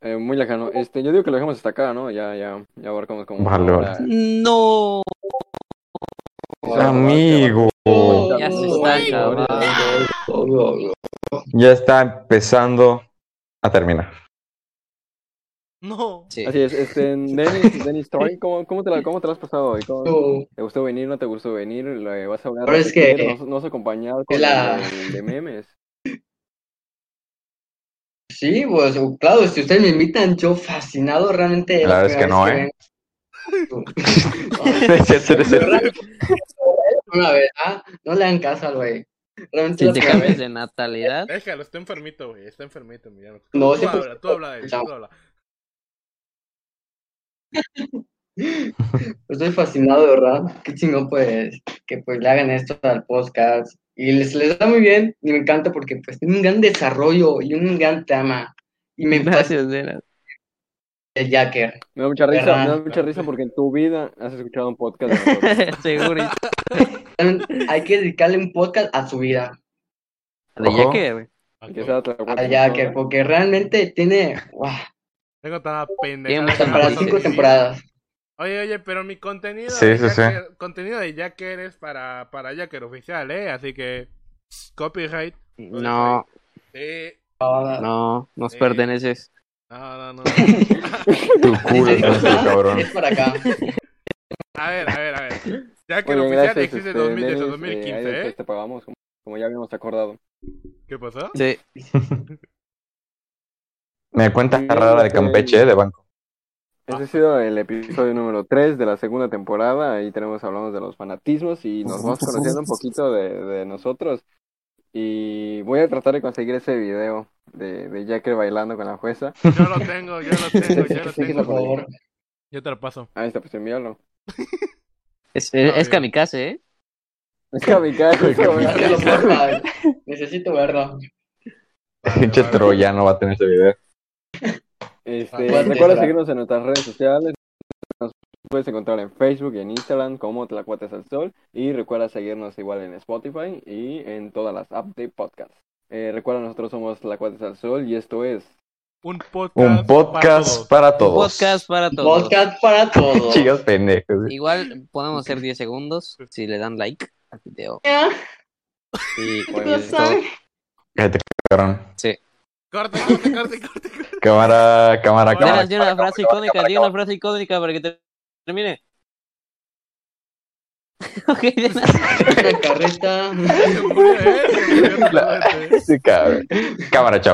B: eh, muy lejano. Este, yo digo que lo dejemos hasta acá, ¿no? Ya, ya, ya abarcamos como.
C: Vale, vale.
B: Ah,
D: No,
C: Amigo,
B: Oh.
D: ya se está
G: Uy.
D: acabando.
C: ya está empezando a terminar.
E: No.
D: Sí.
B: Así es, este,
C: [laughs]
B: Denis, Denis Troy, ¿cómo, cómo, te la, ¿cómo te la has pasado hoy? ¿Cómo- ¿Te gustó venir? ¿No te gustó venir? ¿Le vas a hablar?
G: Ahora es que-
B: ¿Nos, nos vas a acompañar con
G: la-
B: el de memes?
G: Sí, pues claro, si ustedes me invitan, yo fascinado realmente.
C: La verdad
G: es
C: es ¿eh? que
G: la
C: no,
G: primera vez que vengo.
C: [laughs]
G: Una vez, ¿ah? No le dan caso al güey. Realmente
D: Si
G: la
D: te
G: primera
D: cambias
G: vez.
C: [laughs]
D: de natalidad,
E: Déjalo, está enfermito, güey. Está enfermito, Emiliano.
G: No,
E: tú
G: sí, pues-
E: habla, tú habla de él, tú habla.
G: pues, Estoy fascinado, de ¿verdad? Qué chingón, pues, que pues le hagan esto al podcast. Y les, les da muy bien, y me encanta porque pues tiene un gran desarrollo y un gran tema. Y me fascina
D: gracias, Dena.
G: el Jacker.
B: Me da mucha risa,
G: Verdad.
B: me da mucha risa porque en tu vida has escuchado un podcast [laughs] de
D: [laughs]
B: nosotros.
D: Seguro.
G: Realmente Hay que dedicarle un podcast a su vida.
D: De
C: Ojo.
D: ya que, güey.
B: Ah, Que sea otra
G: al
B: cuarta
G: Jacker,
B: persona.
G: porque realmente tiene, wow,
E: Tengo tan
D: Tiempo
E: pendejada.
G: hasta
E: que
G: para
E: me pasó
G: cinco
E: mi vida.
G: temporadas.
E: Oye, oye, pero mi contenido.
C: Sí,
E: de
C: sí, sí.
E: Jacker- Contenido de Jacker es para, para Jacker oficial, ¿eh? Así que. pss, Copyright.
D: No,
E: Sí.
D: no, nos
E: Eh.
D: perteneces.
E: No, no, no.
C: Tu
D: [laughs]
C: culo
G: Dice,
C: es tu cabrón.
G: Es para acá.
E: A ver, a ver, a ver. Jacker
B: Muy bien,
E: oficial
B: gracias,
E: existe
B: este,
E: desde 2000 desde
B: Denis, eh, ahí
E: 2015,
B: después
E: ¿eh?
B: te pagamos, como, como ya habíamos acordado.
E: ¿Qué pasó?
D: Sí.
C: [laughs] Me cuenta rara de Campeche, ¿eh? de banco. [laughs]
B: Este ha sido el episodio número 3 de la segunda temporada. Ahí tenemos, hablamos de los fanatismos y nos vamos conociendo un poquito de, de nosotros. Y voy a tratar de conseguir ese video de, de Jacker bailando con la jueza.
E: Yo lo tengo, yo lo tengo, yo
B: [laughs]
E: lo
B: Sí, que
G: Por
B: lo-
E: tengo.
G: favor.
E: Yo te lo paso.
B: Ahí está, pues [laughs] envíalo.
D: Es, es,
E: Ah,
D: es
E: bien.
D: kamikaze, ¿eh?
B: Es kamikaze, [laughs] güey.
G: Hazlo, porfa. Necesito verlo.
C: Pinche troyano va a tener ese video.
B: Este,
G: Fuerte,
B: recuerda
G: bravo.
B: seguirnos en nuestras redes sociales. Nos puedes encontrar en Facebook y en Instagram como Tlacuates al Sol. Y recuerda seguirnos igual en Spotify y en todas las apps de podcast. Eh, recuerda, nosotros somos Tlacuates al Sol y esto es.
E: Un podcast.
C: Un podcast para
E: para todos.
C: todos.
D: Podcast para todos.
G: Podcast para todos.
C: [laughs] Chicos pendejos.
D: Igual podemos hacer 10 segundos si le dan like al video.
G: Ya,
D: Y
G: lo saben.
C: Cállate, cabrón.
E: Corte, corte, corte, corte. corte.
C: Cámara, cámara,
E: Ahora,
C: cámara.
D: Di una frase icónica, di una frase icónica para que te- termine. [laughs] Ok, de nada.
G: Una [laughs] carreta.
E: Se murió, eh, se murió,
C: La-
E: todo este.
C: Sí, cabrón. Cámara, chao.